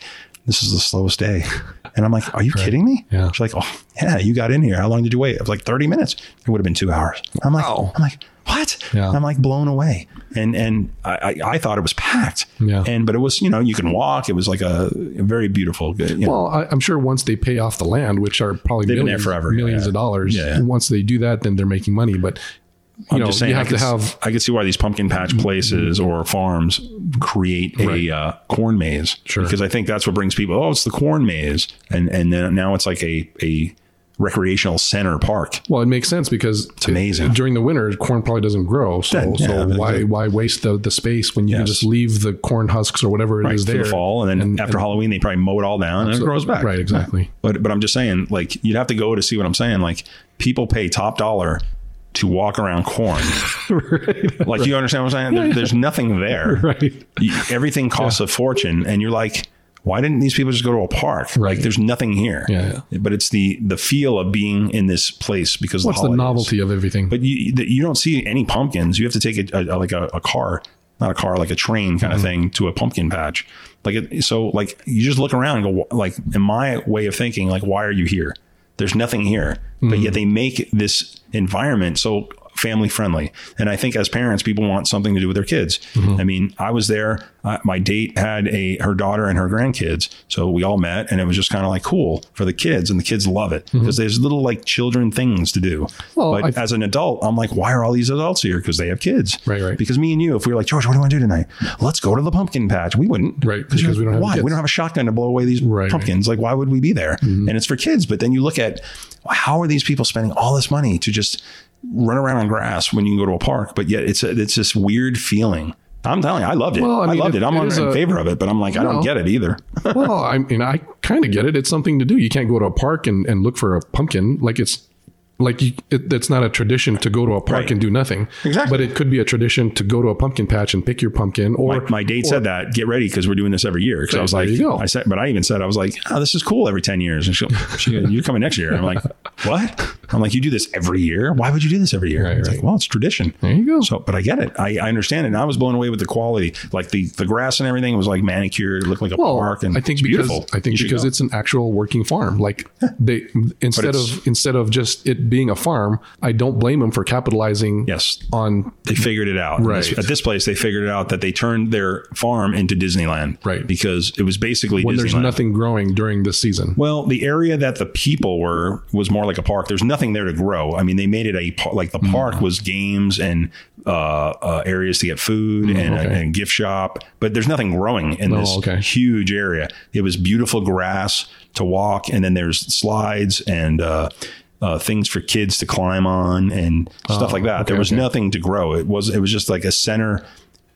this is the slowest day. And I'm like, are you kidding me? Yeah. She's like, oh yeah, you got in here. How long did you wait? I was like 30 minutes. It would have been two hours. I'm like, I'm like, what? Yeah. I'm like blown away. And, and I, I, I thought it was packed Yeah. and, but it was, you know, you can walk. It was like a, a very beautiful, you know, Well, I, I'm sure once they pay off the land, which are probably They've been there millions, forever, millions yeah. of dollars. Yeah, yeah. Once they do that, then they're making money. But you I'm know, just saying, you have I could, to s- have Mm-hmm. I could see why these pumpkin patch places or farms create a Right. uh, corn maze, Sure. because I think that's what brings people. Oh, it's the corn maze, and and then now it's like a a recreational center park. Well, it makes sense because it's amazing. during the winter, corn probably doesn't grow. So, Then, yeah, so but why the- why waste the, the space when you can Yes. just leave the corn husks or whatever it is Right, for there the fall, and then after Halloween, they probably mow it all down and it grows back. Right, exactly. But but I'm just saying, like you'd have to go to see what I'm saying. Like people pay top dollar to walk around corn. Like you understand what I'm saying? There- There's nothing there. Right. You- everything costs a fortune, and you're like, why didn't these people just go to a park? Right. Like there's nothing here. Yeah, But it's the the feel of being in this place because What's of the, the holidays. novelty of everything? But you that you don't see any pumpkins. You have to take a, a- like a, a car, not a car, like a train kind of Mm-hmm. thing to a pumpkin patch. Like it, so, like you just look around and go like, in my way of thinking, like why are you here? There's nothing here, but Mm-hmm. yet they make this environment so family friendly. And I think as parents, people want something to do with their kids. Mm-hmm. I mean, I was there. Uh, my date had a her daughter and her grandkids, so we all met, and it was just kind of like cool for the kids, and the kids love it because there's little like children things to do. Mm-hmm. Well, but I as an adult, I'm like, why are all these adults here? Because they have kids. Right, right. Because me and you, if we were like, George, what do you want to do tonight? Let's go to the pumpkin patch. We wouldn't. Right, because we don't have why? kids. We don't have a shotgun to blow away these Right, Mm-hmm. right. pumpkins. Like, why would we be there? And it's for kids. But then you look at how are these people spending all this money to just run around on grass when you can go to a park? But yet it's a, it's this weird feeling. I'm telling you, I loved it. Well, I I, mean, loved it- it. I'm it on- is in a- favor of it, but I'm like, I No. don't get it either. well, I mean, I kind of get it. It's something to do. You can't go to a park and, and look for a pumpkin. Like it's like you, it, it's not a tradition to go to a park Right. and do nothing. Exactly. But it could be a tradition to go to a pumpkin patch and pick your pumpkin. Or my, my date said that get ready because we're doing this every year because i was There like you go. i said but i even said i was like oh this is cool every 10 years and she, she goes, you're coming next year i'm like what i'm like you do this every year why would you do this every year Right, it's right. like well it's tradition there you go. so but i get it I, I understand it and i was blown away with the quality like the the grass and everything was like manicured it looked like a Well, park and I think it's because beautiful I think You should because go. it's an actual working farm. Like they instead it's- of instead of just it being a farm, I don't blame them for capitalizing yes on they figured it out. Right. At this place, they figured it out that they turned their farm into Disneyland. Right. Because it was basically when Disneyland. there's nothing growing during the season. Well, the area that the people were was more like a park. There's nothing there to grow. I mean, they made it a par- like the Hmm. park was games and uh, uh, areas to get food and, a, Hmm, okay. Oh, and gift shop, but there's nothing growing in this okay. huge area. It was beautiful grass to walk, and then there's slides and. Uh, uh, things for kids to climb on and stuff like that. there was nothing to grow. It was it was just like a center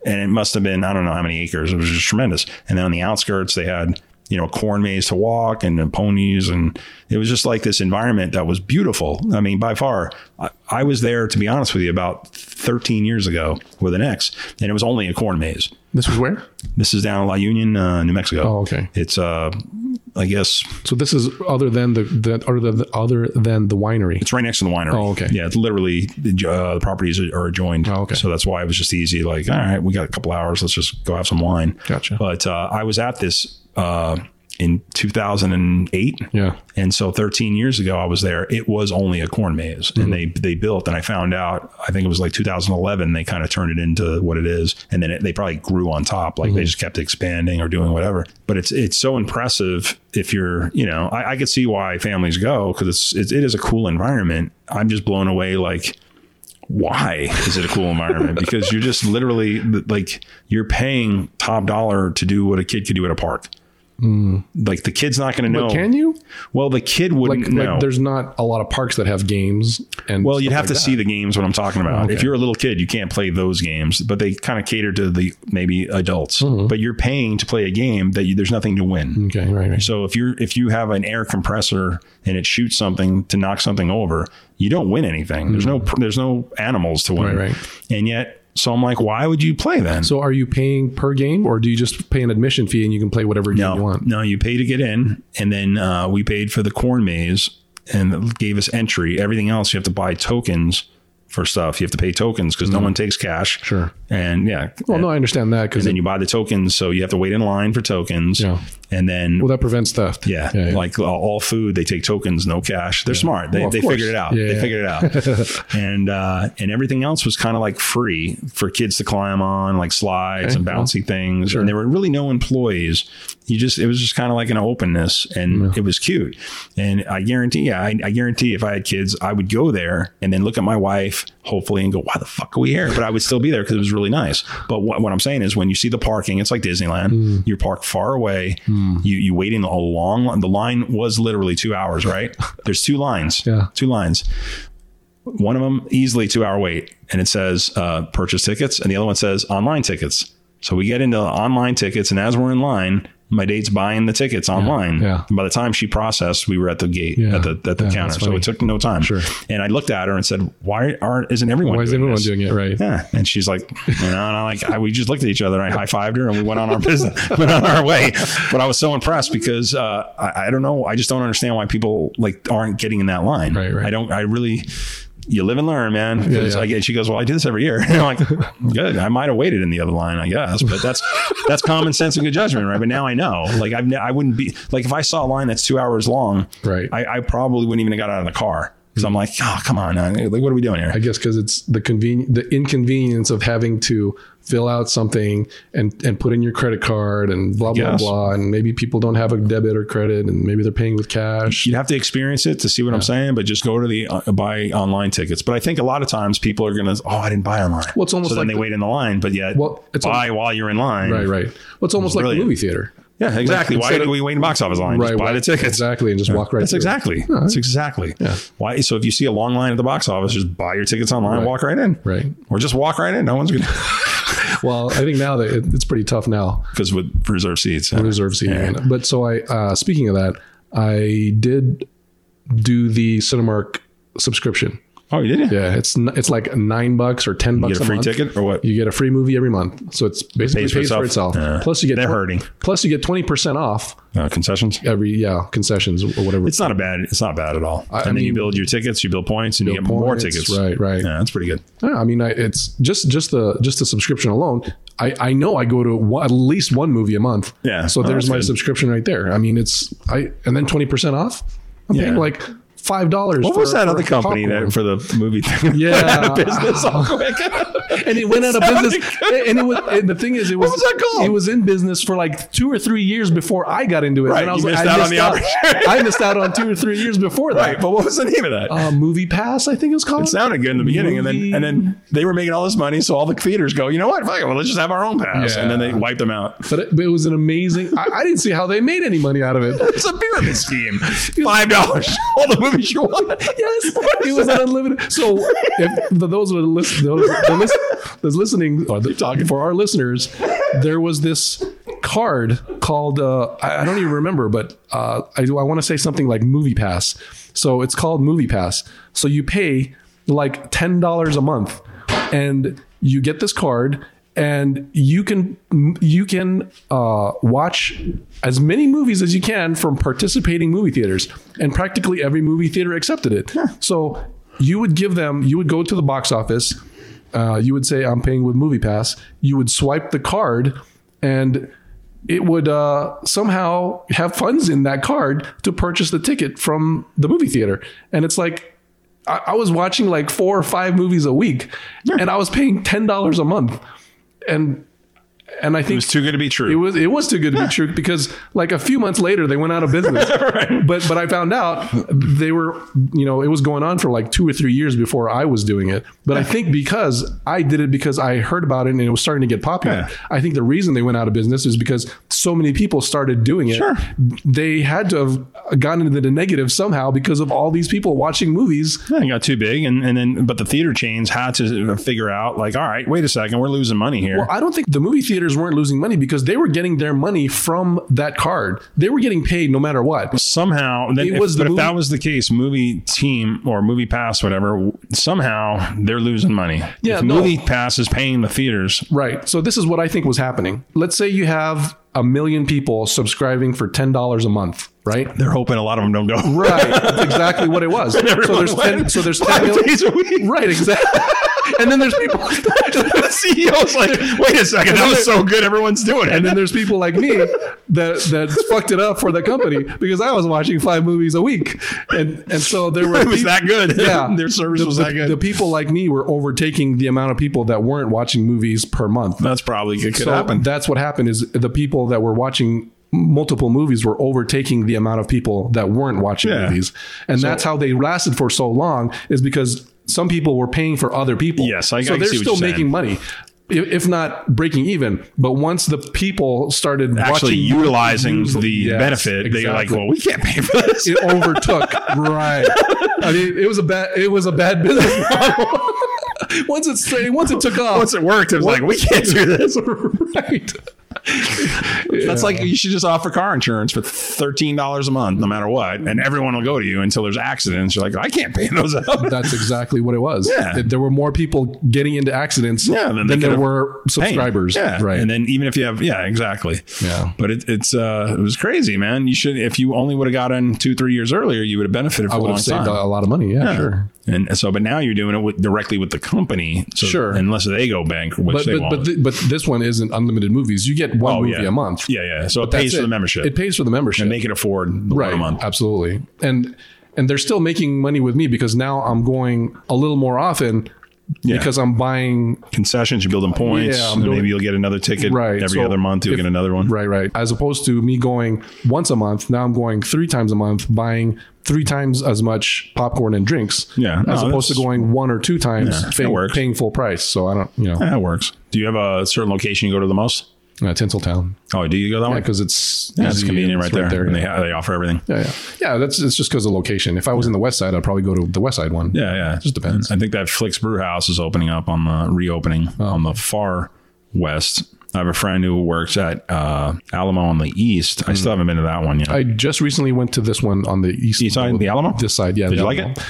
and it must have been I don't know how many acres. It was just tremendous. And then on the outskirts, they had you know a corn maze to walk and then ponies, and it was just like this environment that was beautiful. I mean, by far, I, I was there to be honest with you about 13 years ago with an ex, and it was only a corn maze. This was where? This is down in La Union, uh, New Mexico. Oh, okay. It's uh, I guess So this is other than the, the other than the, other than the winery. It's right next to the winery. Oh, okay. Yeah, it's literally uh, the properties are are joined. Oh, okay. So that's why it was just easy. Like, all right, we got a couple hours. Let's just go have some wine. Gotcha. But uh, I was at this uh, in 2008. Yeah. And so 13 years ago, I was there. It was only a corn maze, Mm-hmm. and they they built. And I found out, I think it was like 2011. They kind of turned it into what it is, and then it, they probably grew on top. Mm-hmm. Like they just kept expanding or doing whatever. But it's it's so impressive. If you're, you know, I, I could see why families go because it's, it's it is a cool environment. I'm just blown away. Like why is it a cool environment? Because you're just literally like you're paying top dollar to do what a kid could do at a park. Like the kid's not going to know. Mm. Can you? Well, the kid Like, wouldn't like, know. there's not a lot of parks that have games. And well, you'd stuff have like to that. see the games. What I'm talking about. okay. If you're a little kid, you can't play those games, but they kind of cater to the maybe adults. Mm-hmm. But you're paying to play a game that you, there's nothing to win. Okay, right, right. So if you're if you have an air compressor and it shoots something to knock something over, you don't win anything. There's no there's no animals to win. Mm. Right, right. And yet, so I'm like, why would you play then? So are you paying per game or do you just pay an admission fee and you can play whatever game you No, want? no, you pay to get in, and then uh, we paid for the corn maze and gave us entry. Everything else, you have to buy tokens for stuff. You have to pay tokens because no one takes cash. Mm-hmm. Sure. And yeah, Well, no, I understand that because then you buy the tokens, so you have to wait in line for tokens. Yeah. And then. well, that prevents theft. yeah, like uh, all food, they take tokens, no cash. They're smart. They, Well, of they course. figured it out. Yeah, they yeah. figured it out. and uh, and everything else was kind of like free for kids to climb on, like slides and well, bouncy fancy things and there were really no employees you just it was just kind of like an openness and it was cute and i guarantee yeah I, I guarantee if i had kids i would go there and then look at my wife hopefully and go why the fuck are we here but i would still be there because it was really nice but what, what i'm saying is when you see the parking it's like disneyland Mm. you park far away you you waiting a long line the line was literally two hours right there's two lines Yeah. two lines one of them easily two hour wait and it says uh, purchase tickets and the other one says online tickets so we get into online tickets and as we're in line my date's buying the tickets online yeah. and by the time she processed we were at the gate Yeah, at the, at the yeah, counter that's so funny. it took no time Sure. and i looked at her and said why aren't isn't everyone Why is doing everyone this? doing it right? yeah. And she's like, you know, and I like, I, we just looked at each other and I high fived her and we went on our business, went on our way. But I was so impressed because uh, I, I don't know. I just don't understand why people like aren't getting in that line. Right, right. I don't, I really, you live and learn, man. 'Cause yeah. I get, she goes, well, I do this every year. And I'm like, good. I might have waited in the other line, I guess, but that's, that's common sense and good judgment. Right. But now I know, like I've, ne- I wouldn't be like, if I saw a line that's two hours long, Right. I, I probably wouldn't even have got out of the car. Cause I'm like, oh, come on. man. Like, what are we doing here? I guess because it's the conven- the inconvenience of having to fill out something and and put in your credit card and blah blah Yes. blah and maybe people don't have a debit or credit and maybe they're paying with cash. you'd have to experience it to see what I'm saying, but just go to the uh, buy online tickets. But I think a lot of times people are going to, oh, I didn't buy online. Well, it's almost so like then they the- wait in the line, but yet Well, it's buy while you're in line. Right, right. Well, it's almost like brilliant. a movie theater. Yeah, exactly. Like, why instead do of- we wait in box office line? right. just buy why- the tickets. Exactly, and just walk right. That's through it. exactly. That's exactly. Why? So if you see a long line at the box office, just buy your tickets online, Right. walk right in, Right. or just walk right in. No one's gonna Well, I think now that it, it's pretty tough now. because with reserved seats. uh, reserve seating. in. But so I, uh, speaking of that, I did do the Cinemark subscription. Oh, you did. Yeah. Yeah, it's n- it's like nine bucks or ten You bucks get a free month. ticket or what? You get a free movie every month, so it's basically Pays pays, for for itself. itself. Yeah. plus, you get They're twen- hurting. Plus, you get twenty percent off Uh, concessions. every yeah concessions or whatever. It's not a bad. It's not bad at all. I- I and then you mean- build your tickets, you build points, and you get more Points, tickets. Right, right. Yeah, that's pretty good. Yeah, I mean, I, it's just just the just the subscription alone. I, I know I go to one, at least one movie a month. Yeah. So Oh, there's that's my good. subscription right there. I mean, it's I and then twenty percent off. I'm paying Yeah. like five dollars. What was that other company that for the movie thing? went out of Yeah. business all quick. and it went out of sounded business. And it was and the thing is, it was, was that called? It was in business for like two or three years before I got into it. Right, And I was you like, missed out I on missed the out. I missed out on two or three years before that. right, but what was the name of that? uh, movie Pass, I think it was called. it sounded good in the beginning, Movie- and then and then they were making all this money, so all the theaters go, you know what? Fuck it, well, let's just have our own pass, and then they Yeah. wiped them out. But it, but it was an amazing. I, I didn't see how they made any money out of it. It's a pyramid scheme. Five dollars, all the movies you want. Yes, it was an unlimited. So, if the, those were the list, those, the list, those listening or the, talking for our listeners, there was this card called uh, I, I don't even remember, but uh, I do. I want to say something like Movie Pass. So it's called Movie Pass. So you pay like ten dollars a month, and you get this card. And you can you can uh, watch as many movies as you can from participating movie theaters, and practically every movie theater accepted it. So you would give them, you would go to the box office, uh, you would say, "I'm paying with Movie Pass." You would swipe the card, and it would uh, somehow have funds in that card to purchase the ticket from the movie theater. And it's like, I, I was watching like four or five movies a week, and I was paying ten dollars a month, and and I think It's too good to be true. it was it was too good to be true because like a few months later they went out of business. But but I found out they were you know it was going on for like two or three years before I was doing it. But I think because I did it because I heard about it and it was starting to get popular. Yeah. I think the reason they went out of business is because so many people started doing it. Sure. They had to have gotten into the negative somehow because of all these people watching movies. Yeah, it got too big, and, and then but the theater chains had to figure out like, all right, wait a second, we're losing money here. Well, I don't think the movie theaters weren't losing money because they were getting their money from that card. They were getting paid no matter what. somehow, then It if, was the but if movie- that was the case, movie team or movie pass, whatever, somehow they're losing money. Yeah, if no. movie pass is paying the theaters. Right. So this is what I think was happening. Let's say you have a million people subscribing for ten dollars a month, right? They're hoping a lot of them don't go. Right. That's exactly what it was. So there's ten. So there's ten Five million. days a week. Right. Exactly. And then there's people. the CEO's E like, wait a second, that was so good, everyone's doing it. And then there's people like me that that fucked it up for the company because I was watching five movies a week, and and so there were it was peop- that good. Yeah, their service the, was the- that good. The people like me were overtaking the amount of people that weren't watching movies per month. That's probably it could so happen. That's what happened is the people that were watching multiple movies were overtaking the amount of people that weren't watching Yeah. movies. And that's how they lasted for so long is because some people were paying for other people. Yes, I- I so can they're see what still you're saying. making money. If if not breaking even, but once the people started Actually, watching utilizing the Yes, benefit, they're like, exactly. well, we can't pay for this. it overtook. right. I mean, it was a bad it was a bad business model. once it's once it took off, once it worked, it was like, we can't do this. right? That's like you should just offer car insurance for thirteen dollars a month, no matter what, and everyone will go to you until there's accidents. You're like, I can't pay those out. That's exactly what it was. Yeah. That There were more people getting into accidents Yeah, than than, they could there have were Hey, subscribers. yeah, Right. And then even if you have, yeah, exactly, Yeah. But it, it's uh, it was crazy, man. You should if you only would have gotten two, three years earlier, you would have benefited for I a would long have saved time. a lot of money. Yeah, sure. And so, but now you're doing it with, directly with the company, so, Sure. Unless they go bank, which But they but won't. but, thi- but this one isn't unlimited movies. You get one Oh, movie yeah. a month. yeah, yeah. So it That's pays for it. the membership. It pays for the membership. and they can afford the right. Uh, one a month. Absolutely. And and they're still making money with me because now I'm going a little more often Yeah. because I'm buying Concessions, you're building points. Uh, I'm and doing- maybe you'll get another ticket Right. every So other month. You'll if- get another one. Right, right. As opposed to me going once a month, now I'm going three times a month, buying three times as much popcorn and drinks. Yeah. As No, opposed to that's- going one or two times, Yeah, that paying, works. paying full price. So I don't, you know, Yeah, That works. Do you have a certain location you go to the most? uh, Tinseltown Oh, do you go that way? because it's Yeah, it's easy convenient and right, it's there. And they, yeah. ha- they offer everything. yeah, yeah, yeah. That's it's just because of location. If I was in the West Side, I'd probably go to the West Side one. Yeah, yeah. just depends. Oh. I think that Flicks Brew House is opening up on the reopening on the far west. I have a friend who works at uh, Alamo on the east. I still haven't been to that one yet. Hmm. I just recently went to this one on the east, East side, the Alamo? This side, yeah. Did the you like Alamo. it?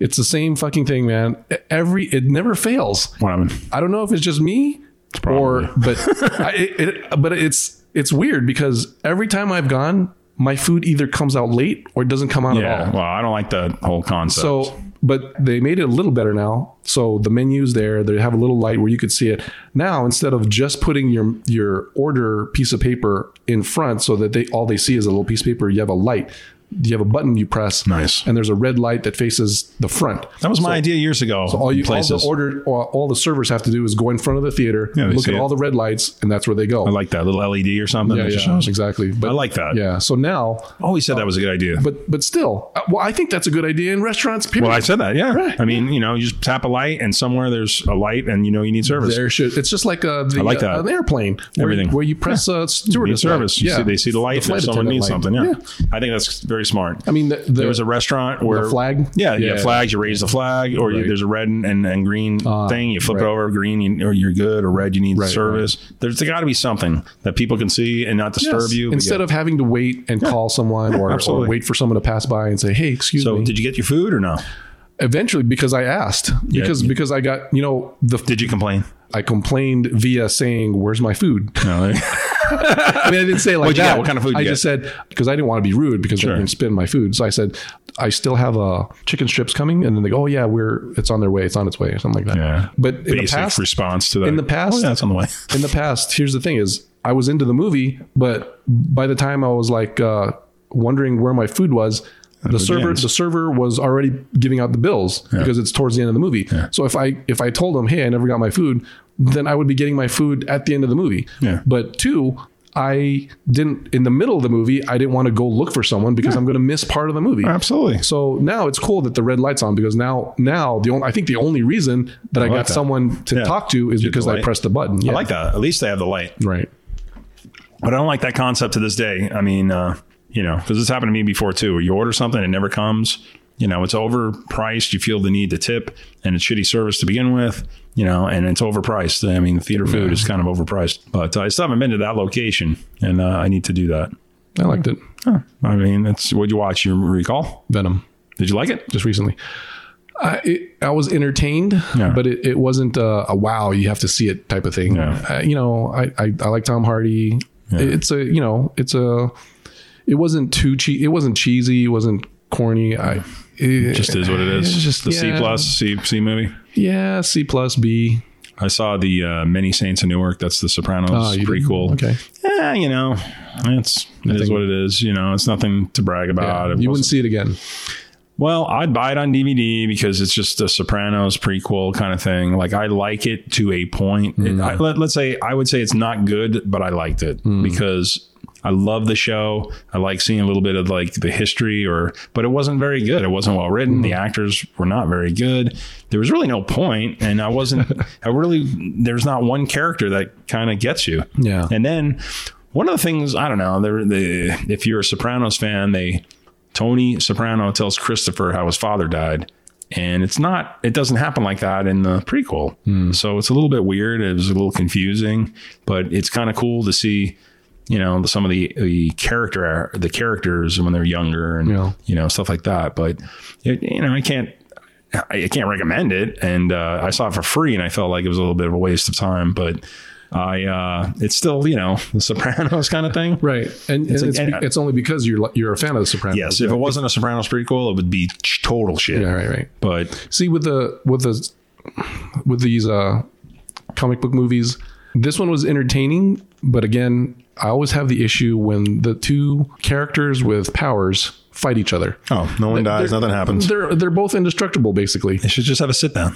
It's the same fucking thing, man. E, Every it never fails. What happened? I don't know if it's just me probably- or but I, it, it, but it's it's weird because every time I've gone, my food either comes out late or it doesn't come out Yeah. at all. Well, I don't like the whole concept. So, but they made it a little better now. So the menus there, they have a little light where you could see it. Now instead of just putting your your order piece of paper in front so that they all they see is a little piece of paper, you have a light. You have a button you press, Nice. and there's a red light that faces the front. that was my idea years ago. All you all places. the order, all, all the servers have to do is go in front of the theater, Yeah, they look see at it. all the red lights, and that's where they go. I like that little LED or something. yeah, that yeah, just shows. exactly. But I like that. yeah. So now, Always said that was a good idea. but but still, uh, well, I think that's a good idea in restaurants. Period. Well, I said that. Yeah. I mean, you know, you just tap a light and somewhere there's a light and you know you need service. there should. It's just like a the, like that. uh, an airplane. where- Everything. where you press uh, steward need service. You see, they see the light if someone needs something. Yeah. I think that's very smart. I mean, the, the, there was a restaurant where flag? Yeah, you Yeah. get flags. You raise the flag, or you, Right. Ah, there's a red and, and, and green thing. You flip right. it over, green, you, or you're good, or red, you need Right, service. There's got to be something that people can see and not disturb Yes. you. Instead of having to wait and call someone or, or absolutely. wait for someone to pass by and say, "Hey, excuse so, me." did you get your food or no? Eventually, because I asked, because you- because I got you know the Did you complain? I complained via saying, "Where's my food?" No. I mean, I didn't say it like What'd you that. get? What kind of food you I get? just said because I didn't want to be rude because Sure. they can spin my food. So I said, I still have uh, chicken strips coming, and then they go, "Oh yeah, we're it's on their way, it's on its way," or something like that. Yeah. But in the Basic past, response to that. in the past- oh, yeah, it's on the way. in the past, here's the thing: is I was into the movie, but by the time I was like uh, wondering where my food was, the server begins. the server was already giving out the bills because it's towards the end of the movie. So if I if I told them, hey, I never got my food, then I would be getting my food at the end of the movie. Yeah. But two, I didn't in the middle of the movie. I didn't want to go look for someone because I'm going to miss part of the movie. Absolutely. So now it's cool that the red light's on because now now the only, I think the only reason that I, like got that. someone to Yeah. talk to is Did the because I light. pressed the button. Yeah. I like that. At least they have the light. Right. But I don't like that concept to this day. I mean, uh, you know, because this happened to me before too, where you order something, it never comes. You know, it's overpriced. You feel the need to tip, and it's shitty service to begin with. You know, and it's overpriced. I mean, theater food is kind of overpriced. But uh, I still haven't been to that location, and uh, I need to do that. I liked it. I mean, that's what you watch. You recall? Venom Did you like it? just recently. I it, I was entertained, Yeah. but it, it wasn't a, a wow you have to see it type of thing. Yeah. Uh, you know, I, I I like Tom Hardy. It's a you know it's a it wasn't too cheap. It wasn't cheesy. It wasn't corny. I it, Just is what it is. It's Just the C yeah. plus C C movie. yeah C plus B. I saw the uh, Many Saints of Newark. That's the Sopranos Oh, you did? prequel. Okay. Eh, you know, it's it is what it is. You know, it's nothing to brag about. It you wouldn't wasn't- see it again. well, I'd buy it on DVD because it's just a Sopranos prequel kind of thing. Like I like it to a point. It- I, let, us say I would say it's not good, but I liked it because I love the show. I like seeing a little bit of like the history or but it wasn't very good. It wasn't well written. The actors were not very good. There was really no point and I wasn't I really there's not one character that kind of gets you. Yeah. And then one of the things I don't know, there the if you're a Sopranos fan, they Tony Soprano tells Christopher how his father died. And it's not, it doesn't happen like that in the prequel. So it's a little bit weird. It was a little confusing, but it's kind of cool to see, you know, some of the, the character, the characters when they're younger and, Yeah. you know, stuff like that. But, it, you know, I can't, I, I can't recommend it. And uh, I saw it for free and I felt like it was a little bit of a waste of time, but I, uh, it's still, you know, the Sopranos kind of thing. Right, and it's, and it's, like- be- it's only because you're li- you're a fan of the Sopranos. Yes. If it wasn't a Sopranos prequel, it would be ch- total shit. Yeah, right, right. But See with the with the with these uh, comic book movies, this one was entertaining, but again, I always have the issue when the two characters with powers fight each other. oh, no one dies, nothing happens. They're they're both indestructible basically, They should just have a sit down,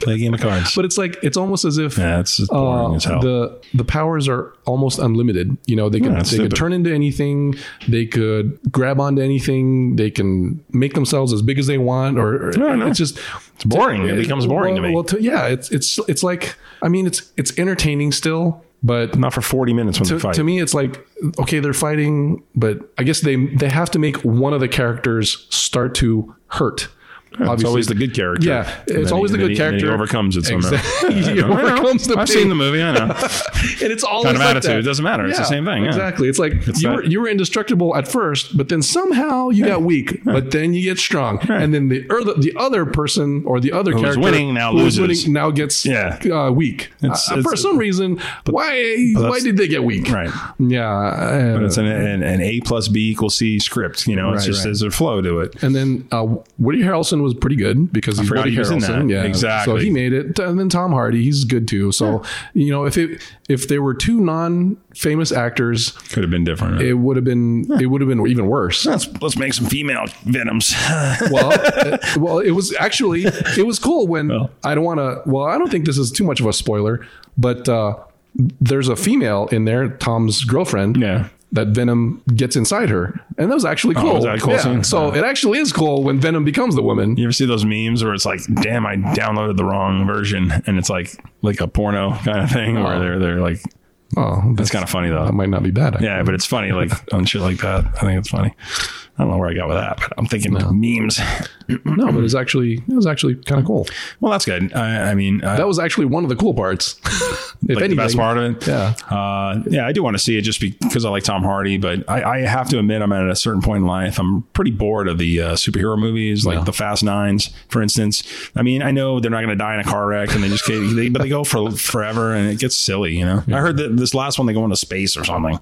play a game of cards. but it's like it's almost as if. yeah, it's just boring uh, as hell. the the powers are almost unlimited. You know, they can that's they could stupid. turn into anything. They could grab onto anything. They can make themselves as big as they want. Or, or- I know. it's just it's boring. It becomes boring to me. Well, yeah, it's it's it's like I mean, it's it's entertaining still, but Not for forty minutes when they to, fight. to me it's like okay they're fighting but i guess they they have to make one of the characters start to hurt it's Obviously. always the good character. yeah And it's then always he- the then good he- then character He overcomes it somehow. Exactly. He I know. overcomes the I've pain. seen the movie. I know. and it's all Kind of attitude. It doesn't matter. It's the same thing, yeah. Exactly. It's like you, that- were, you were indestructible at first, but then somehow you got weak, but then you get strong, and then the or the, the other person or the other was character winning now who was loses. winning now gets Yeah. uh, weak. It's- Uh, for it's- some reason, why why that's- did they get weak? right. Yeah. uh, It's an, an, an A plus B equals C script. You know, it's Right, just right. there's a flow to it. And then uh, Woody Harrelson was pretty good because he's forgot Woody he was in Harrelson. that. Yeah, Exactly. So he made it. And then Tom Hardy, he's good too. So you know, if it if there were two non-famous actors, Could have been different. right? it would have been it would have been even worse. let's let's make some female venoms. well, uh, well, it was actually it was cool when I don't want to. Well, I don't think this is too much of a spoiler, but uh, there's a female in there, Tom's girlfriend. Yeah. Oh, That Venom gets inside her, and that was actually cool. was that a cool scene? So Yeah. it actually is cool when Venom becomes the woman. You ever see those memes where it's like, "Damn, I downloaded the wrong version," and it's like like a porno kind of thing where they're they're like, Oh, it's kind of funny though. That might not be bad. actually. Yeah, but it's funny, like on shit like that. I think it's funny. I don't know where I got with that, but I'm thinking memes. No, but it was actually it was actually kind of cool. Well, that's good. I, I mean, uh, That was actually one of the cool parts. if like the best part of it. Yeah. Uh, yeah, I do want to see it just because I like Tom Hardy, but I, I have to admit, I'm at a certain point in life, I'm pretty bored of the uh, superhero movies, like the Fast Nines, for instance. I mean, I know they're not going to die in a car wreck, and they just can't, they, but they go for forever, and it gets silly, you know. I heard that this last one they go into space or something.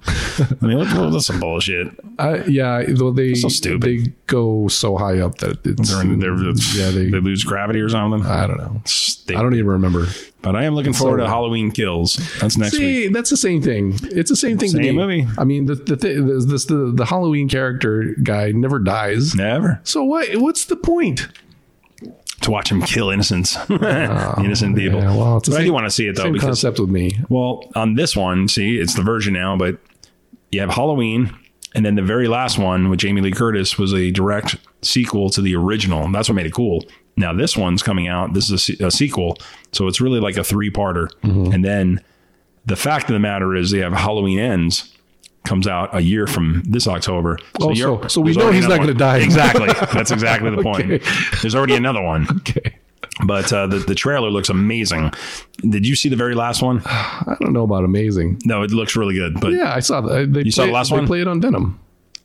I mean, look, look, that's some bullshit. I, yeah, though they It's stupid. They go so high up that it's They're in, they're, yeah they they lose gravity or something. I don't know. Stupid. I don't even remember. but I am looking forward so- to Halloween Kills. That's next week. See, that's the same thing. It's the same thing to Same me. movie. I mean, the the, thi- the, this- the the Halloween character guy never dies. Never So what? What's the point? to watch him kill innocents, innocent people. Oh, Yeah, well, it's the but I do same- want to see it though Same because concept with me. Well, on this one, see, it's the version now, but you have Halloween, and then the very last one with Jamie Lee Curtis was a direct sequel to the original, and that's what made it cool. Now this one's coming out. This is a, se- a sequel, so it's really like a three-parter. Mm-hmm. And then the fact of the matter is, they have Halloween Ends comes out a year from this October. Oh, you're- so- so we there's know already he's not another gonna one. die. Exactly. That's exactly the point. Okay. There's already another one, Okay. but uh, the the trailer looks amazing. Did you see the very last one? I don't know about amazing. No, it looks really good. But Yeah, I saw that. They you saw the last they one? Play it on Denim.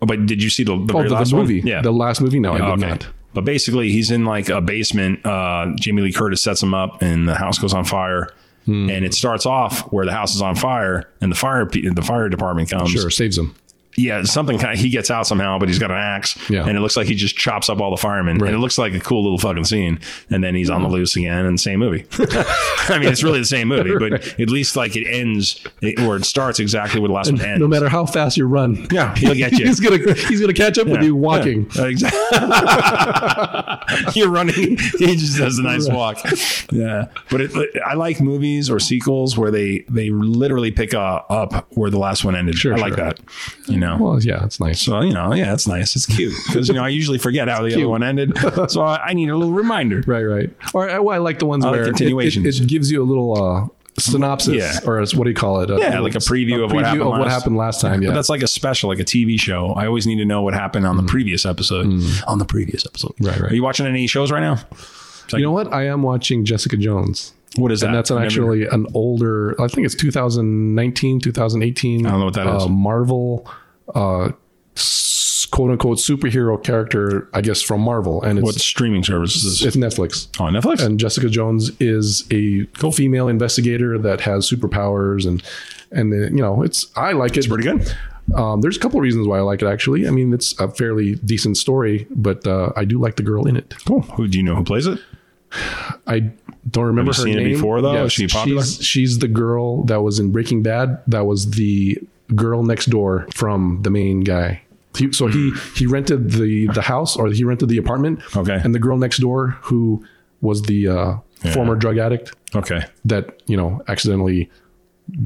Oh, but did you see the, the Oh, very the, last the movie. One? Yeah. the last movie. No, I did Oh, okay. not. But basically, he's in like a basement. Uh, Jamie Lee Curtis sets him up, and the house goes on fire. Hmm. And it starts off where the house is on fire, and the fire pe- the fire department comes. Sure, saves him. Yeah, something kind of, he gets out somehow, but he's got an axe, Yeah. and it looks like he just chops up all the firemen, and it looks like a cool little fucking scene. And then he's on Mm-hmm. the loose again, and same movie. I mean, it's really the same movie, but at least like it ends it, or it starts exactly where the last one ends. No matter how fast you run, yeah, he'll get you. he's gonna he's gonna catch up with you walking. Yeah, exactly. You're running. He just does a nice walk. Yeah, but it, but I like movies or sequels where they they literally pick uh, up where the last one ended. Sure, I like sure. that. You know. Well, yeah, it's nice. so you know, yeah, that's nice. It's cute because you know I usually forget how the other one ended, so I, I need a little reminder. Right, right. Or I, well, I like the ones I like where it- continuations. It, it, gives you a little uh, synopsis, Yeah. or as, what do you call it? A, Yeah, like a preview of what happened of what last- happened last time. Yeah, Mm-hmm. But that's like a special, like a TV show. I always need to know what happened on the previous episode. On the previous episode, Right, right. Are you watching any shows right now? you know what? I am watching Jessica Jones, What is that? and that's an Never- actually an older. I think it's 2019, 2018. I don't know what that uh, is. Marvel, uh, s- quote unquote superhero character, I guess from Marvel, and it's What streaming service is this? it's Netflix. on Netflix? and Jessica Jones is a female investigator that has superpowers and and the, you know it's I like it. pretty good. Um, there's a couple of reasons why I like it actually. I mean, it's a fairly decent story, but uh, I do like the girl in it. Cool. Who do you know who plays it? I don't remember Have her you seen it name before, though? Is she popular? She's, she's the girl that was in Breaking Bad. That was the girl next door from the main guy. He, so he he rented the the house or he rented the apartment. Okay. and the girl next door who was the uh, former drug addict Okay. that you know accidentally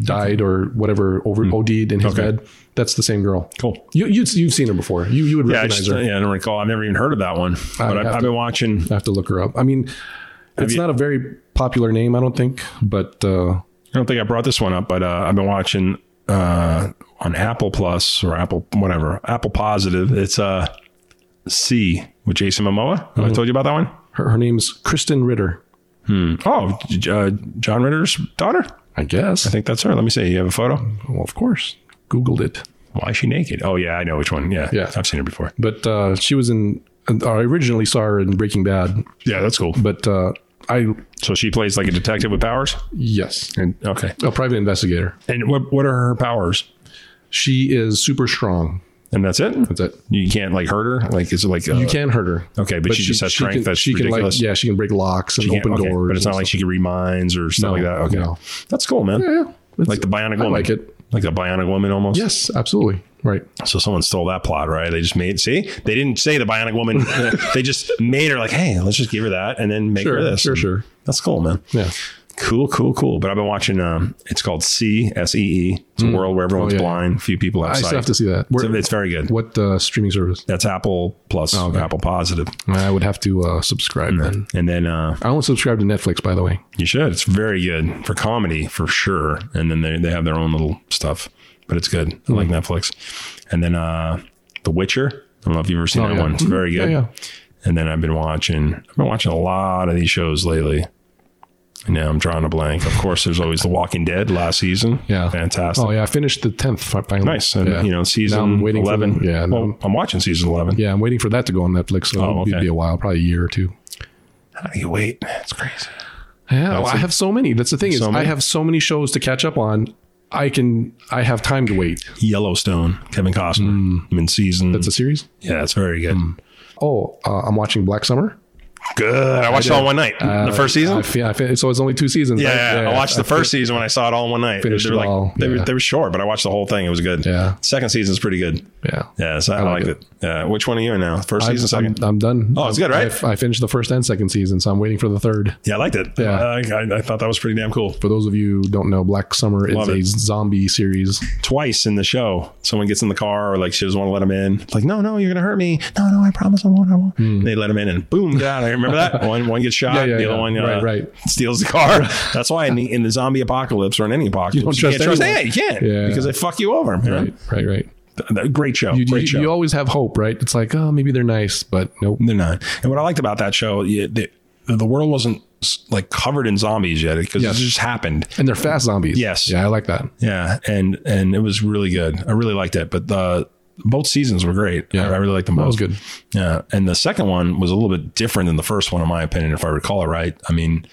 died or whatever over OD'd in his Hmm. Okay. bed. That's the same girl. Cool. You you'd, you've seen her before. You you would Yeah, I recognize just- her. yeah, I don't recall. I've never even heard of that one, have but I've, I've to- been watching. I have to look her up. I mean, it's you- not a very popular name, I don't think, but uh, I don't think I brought this one up, but uh, I've been watching uh, on Apple Plus or Apple whatever Apple Positive. It's uh, C with Jason Momoa. Have Mm-hmm. I told you about that one? her, her name's Kristen Ritter. Oh, J- uh, John Ritter's daughter. I guess. I think that's her. Let me see. You have a photo. well, of course, Googled it. Why is she naked? Oh yeah, I know which one. Yeah, Yeah. I've seen her before. But uh, she was in. I originally saw her in Breaking Bad, Yeah, that's cool. but uh, I So she plays like a detective with powers. yes, and Okay. a private investigator. And what what are her powers? She is super strong. And that's it. That's it. You can't like hurt her. Like is it like uh, You can hurt her. Okay, but, she, just has strength. Can, that's she ridiculous. Can like, yeah, she can break locks and She can't- open okay, doors. but it's and not like she can read minds or stuff No, like that. Okay, no. that's cool, man. stuff. yeah, it's- Like the Bionic Woman. like it. Like the Bionic Woman almost. Yes, absolutely. Right. So someone stole that plot, right? They just made see they didn't say the Bionic Woman. they just made her like, hey, let's just give her that and then make Sure, her this. sure, And sure. That's cool, man. Yeah. Cool, cool, cool. But I've been watching. Um, it's called C S E E. It's a world where everyone's Mm. Oh, yeah. blind. Few people have I sight. still have to see that. So Where, it's very good. what Oh, uh, streaming service? That's Apple Plus, Apple Positive, I would have to uh, subscribe then. and then uh, I don't subscribe to Netflix, by the way. You should. It's very good for comedy for sure. And then they, they have their own little stuff, but it's good. I Hmm. like Netflix. And then uh The Witcher. I don't know if you've ever seen that Oh, yeah. Hmm. one. It's very Yeah, good. yeah. And then I've been watching I've been watching a lot of these shows lately. And now I'm drawing a blank. Of course, there's always The Walking Dead last season. Yeah. Fantastic. Oh yeah, I finished the tenth finally. Nice. And yeah. you know, season Now I'm waiting for eleven. them- yeah, now Well, I'm- I'm watching season eleven. yeah, I'm waiting for that to go on Netflix. So Oh, it'll be- okay. be a while, probably a year or two. How do you wait? It's crazy. Yeah, well, I have so many. That's the thing is, So many. I have so many shows to catch up on. I can I have time to wait. Yellowstone, Kevin Costner. I'm in season. It's Hmm. a series. yeah, it's very good. Oh, uh, I'm watching Black Summer. Good. I watched it all one night. the first season. Uh, I fe- I fe- so it's only two seasons. yeah, right? yeah, I watched the first season when I saw it all in one night. Finished they were it like all, they, were, yeah. they were short, but I watched the whole thing. It was good. Yeah. Second season's pretty good. Yeah. Yeah, so I, liked it. it. Yeah. Which one are you in now? First I'm, season, I'm, 2nd I'm done. Oh, it's good, right? I, I finished the first and second season, so I'm waiting for the third. yeah, I liked it. Yeah. Uh, I, I thought that was pretty damn cool. For those of you who don't know, Black Summer is Love a it. zombie series. Twice in the show, someone gets in the car or like she doesn't want to let him in. It's like, no, no, you're gonna hurt me. No, no, I promise I won't. I won't. They let him in and boom, down. I remember that one. One gets shot. Hmm. Yeah, yeah, the yeah. other one, uh, Right, right. steals the car. That's why in the, in the zombie apocalypse or in any apocalypse, you, don't can't trust trust. anyone. Yeah, you can't Yeah. because they fuck you over. man. Right, right, right. Th- th- Great show. You, great show. you, you always have hope, right? It's like, oh, maybe they're nice, but nope. They're not. And what I liked about that show, yeah, the, the world wasn't s- like covered in zombies yet because Yes. it just happened. And they're fast zombies. Yes. Yeah, I like that. Yeah, and and it was really good. I really liked it. But the both seasons were great. Yeah. I, I really liked them both. That was good. Yeah, and the second one was a little bit different than the first one, in my opinion, if I recall it right. I mean,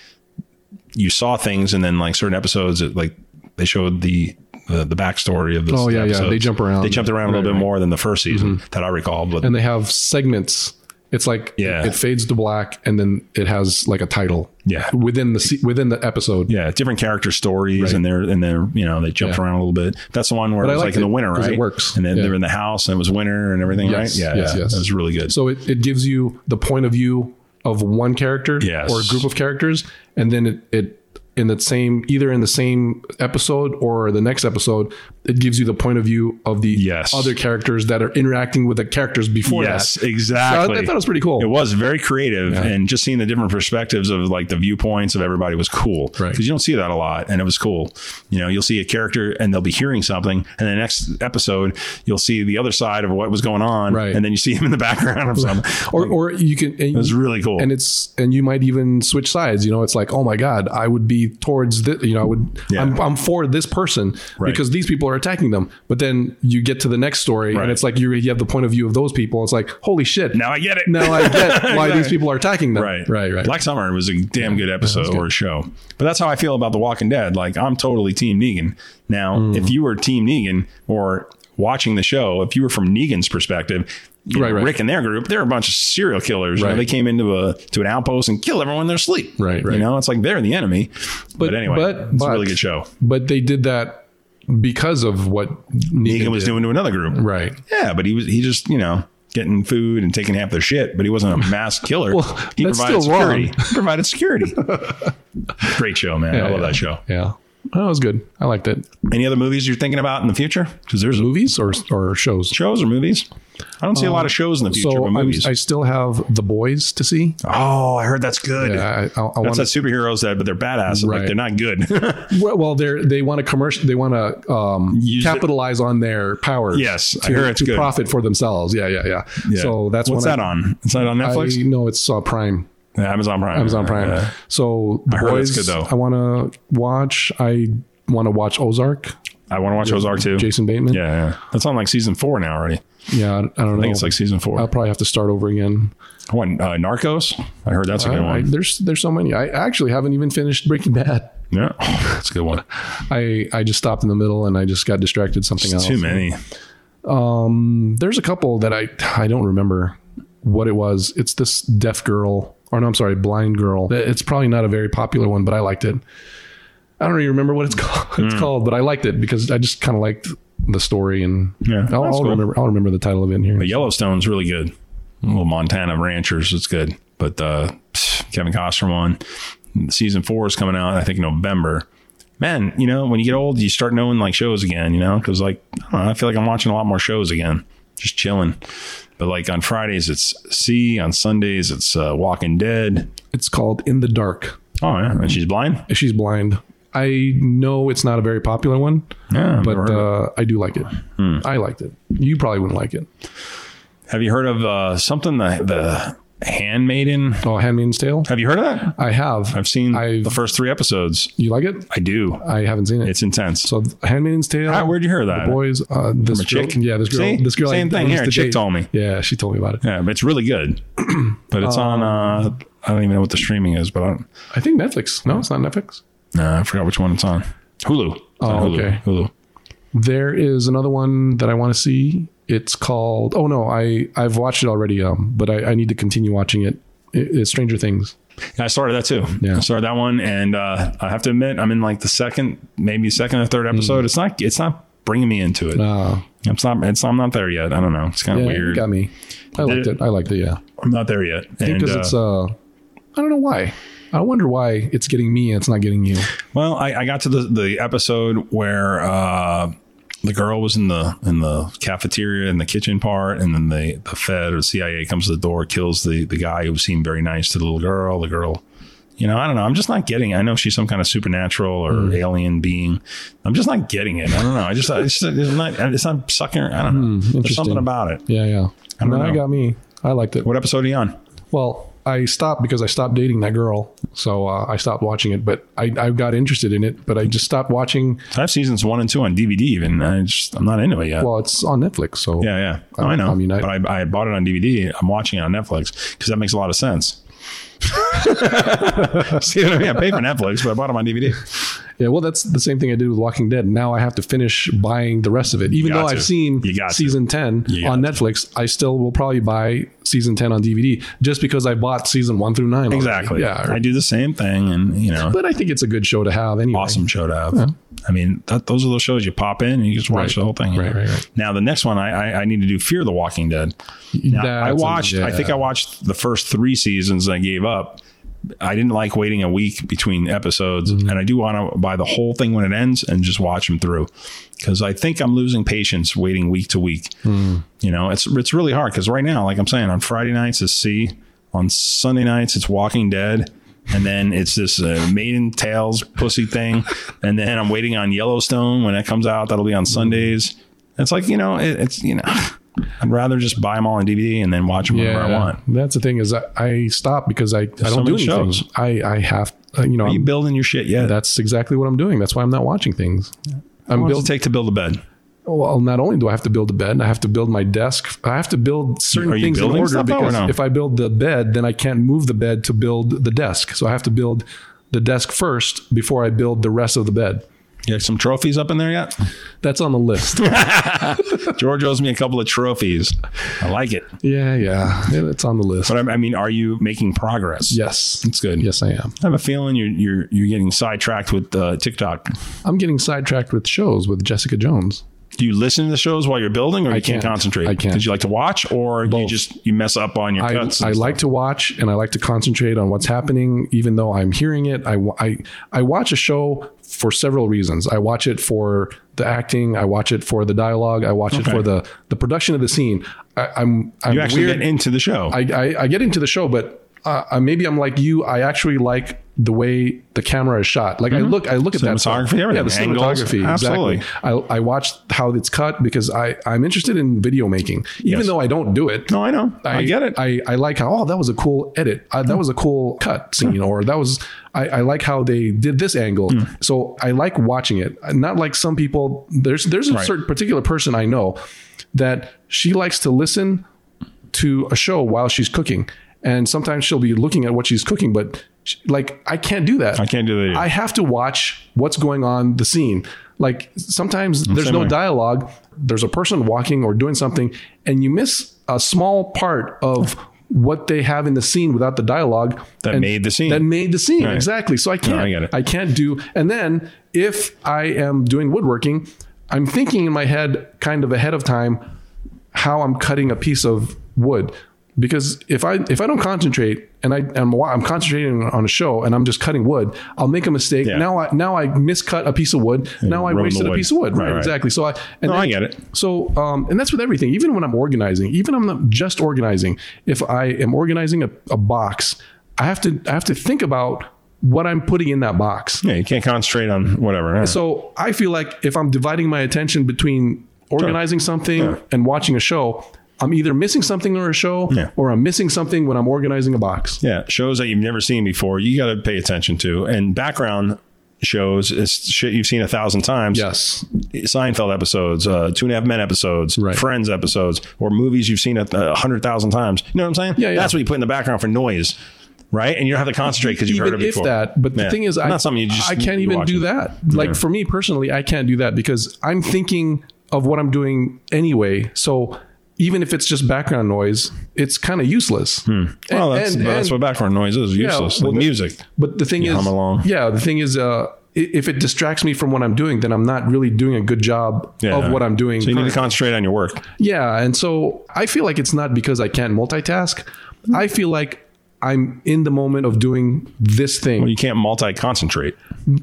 you saw things, and then like certain episodes, it, like they showed the. The, the backstory of this Oh, yeah, yeah. episodes. They jump around. they jumped around a Right, little bit right. Mm-hmm. more than the first season that i recall but And they have segments. It's like Yeah. it fades to black, and then it has like a title. Yeah. within the se- within the episode. yeah, different character stories, and they're and they're you know they jumped Yeah. around a little bit. That's the one where But it I was like liked in the it, winter, 'cause right? it works. And then Yeah. they were in the house, and it was winter and everything, Yes, right? Yeah, yes, yeah, yes. that was really good. So it, it gives you the point of view of one character Yes. or a group of characters, and then it, it in the same either in the same episode or the next episode, it gives you the point of view of the Yes. other characters that are interacting with the characters before yes, that. exactly. So I- I thought it was pretty cool. It was very creative, and just seeing the different perspectives of like the viewpoints of everybody was cool. Right. Because you don't see that a lot, and it was cool. You know, you'll see a character, and they'll be hearing something, and the next episode, you'll see the other side of what was going on, Right. And then you see him in the background of something. Or or you can and, it was really cool. and it's and you might even switch sides. You know, it's like oh my god, I would be towards this. You know, I would Yeah. I'm, I'm for this person Right. because these people are attacking them. But then you get to the next story, Right. and it's like you you have the point of view of those people. It's like holy shit, now I get it. now I get why these people are attacking them. Right. right, right. Black Summer was a damn good episode or show. But that's how I feel about The Walking Dead. Like, I'm totally Team Negan. Now, Mm-hmm. if you were Team Negan or watching the show, if you were from Negan's perspective, you Right, know, right. Rick and their group, they're a bunch of serial killers. You know, Right. they came into a to an outpost and killed everyone in their sleep. Right, right. You know, it's like they're the enemy. But, anyway, but- it's but- a really good show. but they did that because of what Negan, Negan was did. doing to another group. Right. Yeah, but he was he just, you know, getting food and taking half their shit, but he wasn't a mass killer. Well, he that's provided still wrong. security. He provided security. Great show, man. I love yeah. that show. Yeah, that was good. I liked it. Any other movies you're thinking about in the future? Because there's Movies or or shows. shows or movies. I don't see a lot of shows in the future, Um, So but I'm, movies. I still have the boys to see. oh, I heard that's good. Yeah, I, I, I That's want that superheroes that, but they're badass. Right. Like they're not good. Well, well they they want to commercial. They want to um, Use it. capitalize on their powers. Yes, I to, hear it's to good. profit for themselves. Yeah, yeah, yeah. Yeah. So that's what's when that I, on? It's not on Netflix. I know it's uh, Prime, Yeah, Amazon Prime. Amazon Prime. Yeah. So the I heard it's boys, good, though. I want to watch. I want to watch Ozark. I want to watch Ozark too. Jason Bateman. Yeah, yeah, that's on like season four now already. yeah. I, I don't know. I think it's like season four. I'll probably have to start over again. What uh, Narcos? I heard that's a good I- Uh, I- one. there's there's so many. I actually haven't even finished Breaking Bad. yeah, that's a good one. I I just stopped in the middle and I just got distracted something else. Too many. There's a couple that I I don't remember what it was. It's this deaf girl, or no, I'm sorry, blind girl. It's probably not a very popular one, but I liked it. I don't even remember what it's called. Hmm. It's called, but I liked it because I just kind of liked the story and Yeah, I'll, that's I'll cool. remember. I'll remember the title of it in here. But Yellowstone's really good. Little Montana ranchers, it's good. But uh, pfft, Kevin Costner one, season four is coming out. I think November. Man, you know when you get old, you start knowing like shows again. You know, because like I, don't know, I feel like I'm watching a lot more shows again, just chilling. But like on Fridays it's C, on Sundays it's uh, Walking Dead. It's called In the Dark. Oh yeah, and she's blind. She's blind. I know it's not a very popular one, Yeah, I've never but heard of it. uh, Hmm. I do like it. I liked it. You probably wouldn't like it. have you heard of uh, something the the Handmaiden? Oh, Handmaid's Tale. Have you heard of that? I have. I've seen I've- the first three episodes. You like it? I do. I haven't seen it. It's intense. So Handmaid's Tale. Ah, where'd you hear that? boys? Uh, this From a chick? Girl, yeah, this girl. See? This girl. Same I thing released here. the Chick date. told me. Yeah, she told me about it. Yeah, but it's really good. but it's on. Um, Uh, I don't even know what the streaming is, but I don't. I think Netflix. No, it's not Netflix. Nah, I forgot which one it's on. Hulu. on Oh, Hulu. okay. Hulu. There is another one that I want to see. It's called. Oh no, I I've watched it already. Um, but I, I need to continue watching it. it. It's Stranger Things. I started that too. Yeah. I started that one, and uh, I have to admit, I'm in like the second, maybe second or Hmm. third episode. It's not. It's not bringing me into it. Uh, It's not. It's. I'm not there yet. I don't know. It's kind yeah, of it weird. got me. I liked it. I liked it. Yeah, I'm not there yet. And, because uh, it's uh, I don't know why. I wonder why it's getting me and it's not getting you. well, I, I got to the, the episode where uh, the girl was in the in the cafeteria in the kitchen part, and then the the Fed or CIA comes to the door, kills the the guy who seemed very nice to the little girl. The girl. You know, I don't know. I'm just not getting. It. I know she's some kind of supernatural or Hmm. alien being. I'm just not getting it. I don't know. I just it's, it's not it's not sucking. I don't know. There's Hmm, interesting. something about it. Yeah, yeah. don't And then I know. got me. I liked it. What episode are you on? Well, I stopped because I stopped dating that girl, so uh, I stopped watching it. But I, I got interested in it, but I just stopped watching. I have seasons one and two on DVD. Even I just I'm not into it yet. Well, it's on Netflix, so Yeah, yeah. I, know. I mean, I- but I, I bought it on DVD. I'm watching it on Netflix because that makes a lot of sense. See what I mean? I paid for Netflix, but I bought them on DVD. Yeah, well, that's the same thing I did with Walking Dead. Now I have to finish buying the rest of it, even got though to. I've seen You got to. season ten You got on Netflix. I still will probably buy season ten on DVD just because I bought season one through nine. already. Exactly. Yeah. I do the same thing, and you know, but I think it's a good show to have anyway. awesome show to have. I mean, that, those are those shows you pop in and you just watch Right. the whole thing. Right, right, right. Now the next one, I, I I need to do Fear the Walking Dead. Now, I That's a- watched. I think yeah. I watched the first three seasons. and I gave up. I didn't like waiting a week between episodes, Mm-hmm. and I do want to buy the whole thing when it ends and just watch them through because I think I'm losing patience waiting week to week. Hmm. You know, it's it's really hard because right now, like I'm saying, on Friday nights it's C, on Sunday nights it's Walking Dead. And then it's this uh, Maiden Tales pussy thing, and then I'm waiting on Yellowstone when that comes out. That'll be Mm. on Sundays. It's like you know, it, it's you know, I'd rather just buy them all on DVD and then watch them whenever I want. That's the thing is I, I stop because I, I don't so do many anything. shows. I I have uh, you know Are you I'm- building your shit yet? that's exactly what I'm doing. That's why I'm not watching things. I'm How long does building. it take to build a bed? Well, not only do I have to build a bed, I have to build my desk. I have to build certain Are you things in building order stuff now or because no? if I build the bed, then I can't move the bed to build the desk. So I have to build the desk first before I build the rest of the bed. You got some trophies up in there yet? That's on the list. George owes me a couple of trophies. I like it. yeah, yeah, it's on the list. But I, I mean, are you making progress? Yes, That's good. Yes, I am. I have a feeling you're you're you're getting sidetracked with uh, TikTok. I'm getting sidetracked with shows with Jessica Jones. Do you listen to the shows while you're building, or you can't, can't. concentrate? I can't. Did you like to watch, or you just you mess up on your I, cuts? I and like to watch and I like to concentrate on what's happening, even though I'm hearing it. I, wa- I, I watch a show for several reasons. I watch it for the acting. I watch it for the dialogue. I watch it Okay. for the, the production of the scene. I, I'm, I'm you actually weird. get into the show. I, I, I get into the show, but uh, I- maybe I'm like you. I actually like the way the camera is shot. Like I look, I look at that Mm-hmm. Cinematography, everything. Yeah, the Angles. cinematography. Absolutely. Exactly. I, I watch how it's cut because I, I'm interested in video making, even Yes. though I don't do it. no, I know. I, get it. Hmm. I, I like how, oh, that was a cool edit. Uh, that was a cool cut scene, or that was, I, I like how they did this angle. Hmm. So I like watching it. Not like some people, there's, there's a certain particular person I know that she likes to listen to a show while she's cooking. And sometimes she'll be looking at what she's cooking, but she, like, I can't do that. I can't do that either. I have to watch what's going on the scene. Like sometimes there's same no way. dialogue. There's a person walking or doing something, and you miss a small part of what they have in the scene without the dialogue That and- made the scene. That made the scene Right. exactly. So I can't. I get it. I can't do. And then if I am doing woodworking, I'm thinking in my head, kind of ahead of time, how I'm cutting a piece of wood. Because if I if I don't concentrate and I am wa- I'm concentrating on a show and I'm just cutting wood, I'll make a mistake. Yeah. Now I now I miscut a piece of wood. now I ruin the wasted a wood. piece of wood. Right, Right, right. exactly. So I and No, then- I get it. So um, and that's with everything. Even when I'm organizing, even I'm not just organizing. If I am organizing a, a box, I have to I have to think about what I'm putting in that box. yeah, you can't concentrate on whatever. Yeah. So I feel like if I'm dividing my attention between organizing something and watching a show, I'm either missing something or a show, Yeah. or I'm missing something when I'm organizing a box. Yeah, shows that you've never seen before, you got to pay attention to. And background shows is shit you've seen a thousand times. Yes. Seinfeld episodes, uh, Two and a Half Men episodes, Right. Friends episodes, or movies you've seen a, a hundred thousand times. You know what I'm saying? Yeah, yeah. That's what you put in the background for noise. right? And you don't have to concentrate because you've even heard it if before. that. But Yeah. the thing is, I, not something you just I can't you even watch do it. that. Like for me personally, I can't do that because I'm thinking of what I'm doing anyway. So even if it's just background noise, it's kind of useless. Well, And- that's, and- that's and- what background noise is. Useless. well, like the- music. But the thing You is, hum along. yeah, the thing is, uh, i- if it distracts me from what I'm doing, then I'm not really doing a good job Yeah. of what I'm doing. So you need to concentrate on your work. yeah, and so I feel like it's not because I can't multitask. I feel like I'm in the moment of doing this thing. You can't multi-concentrate.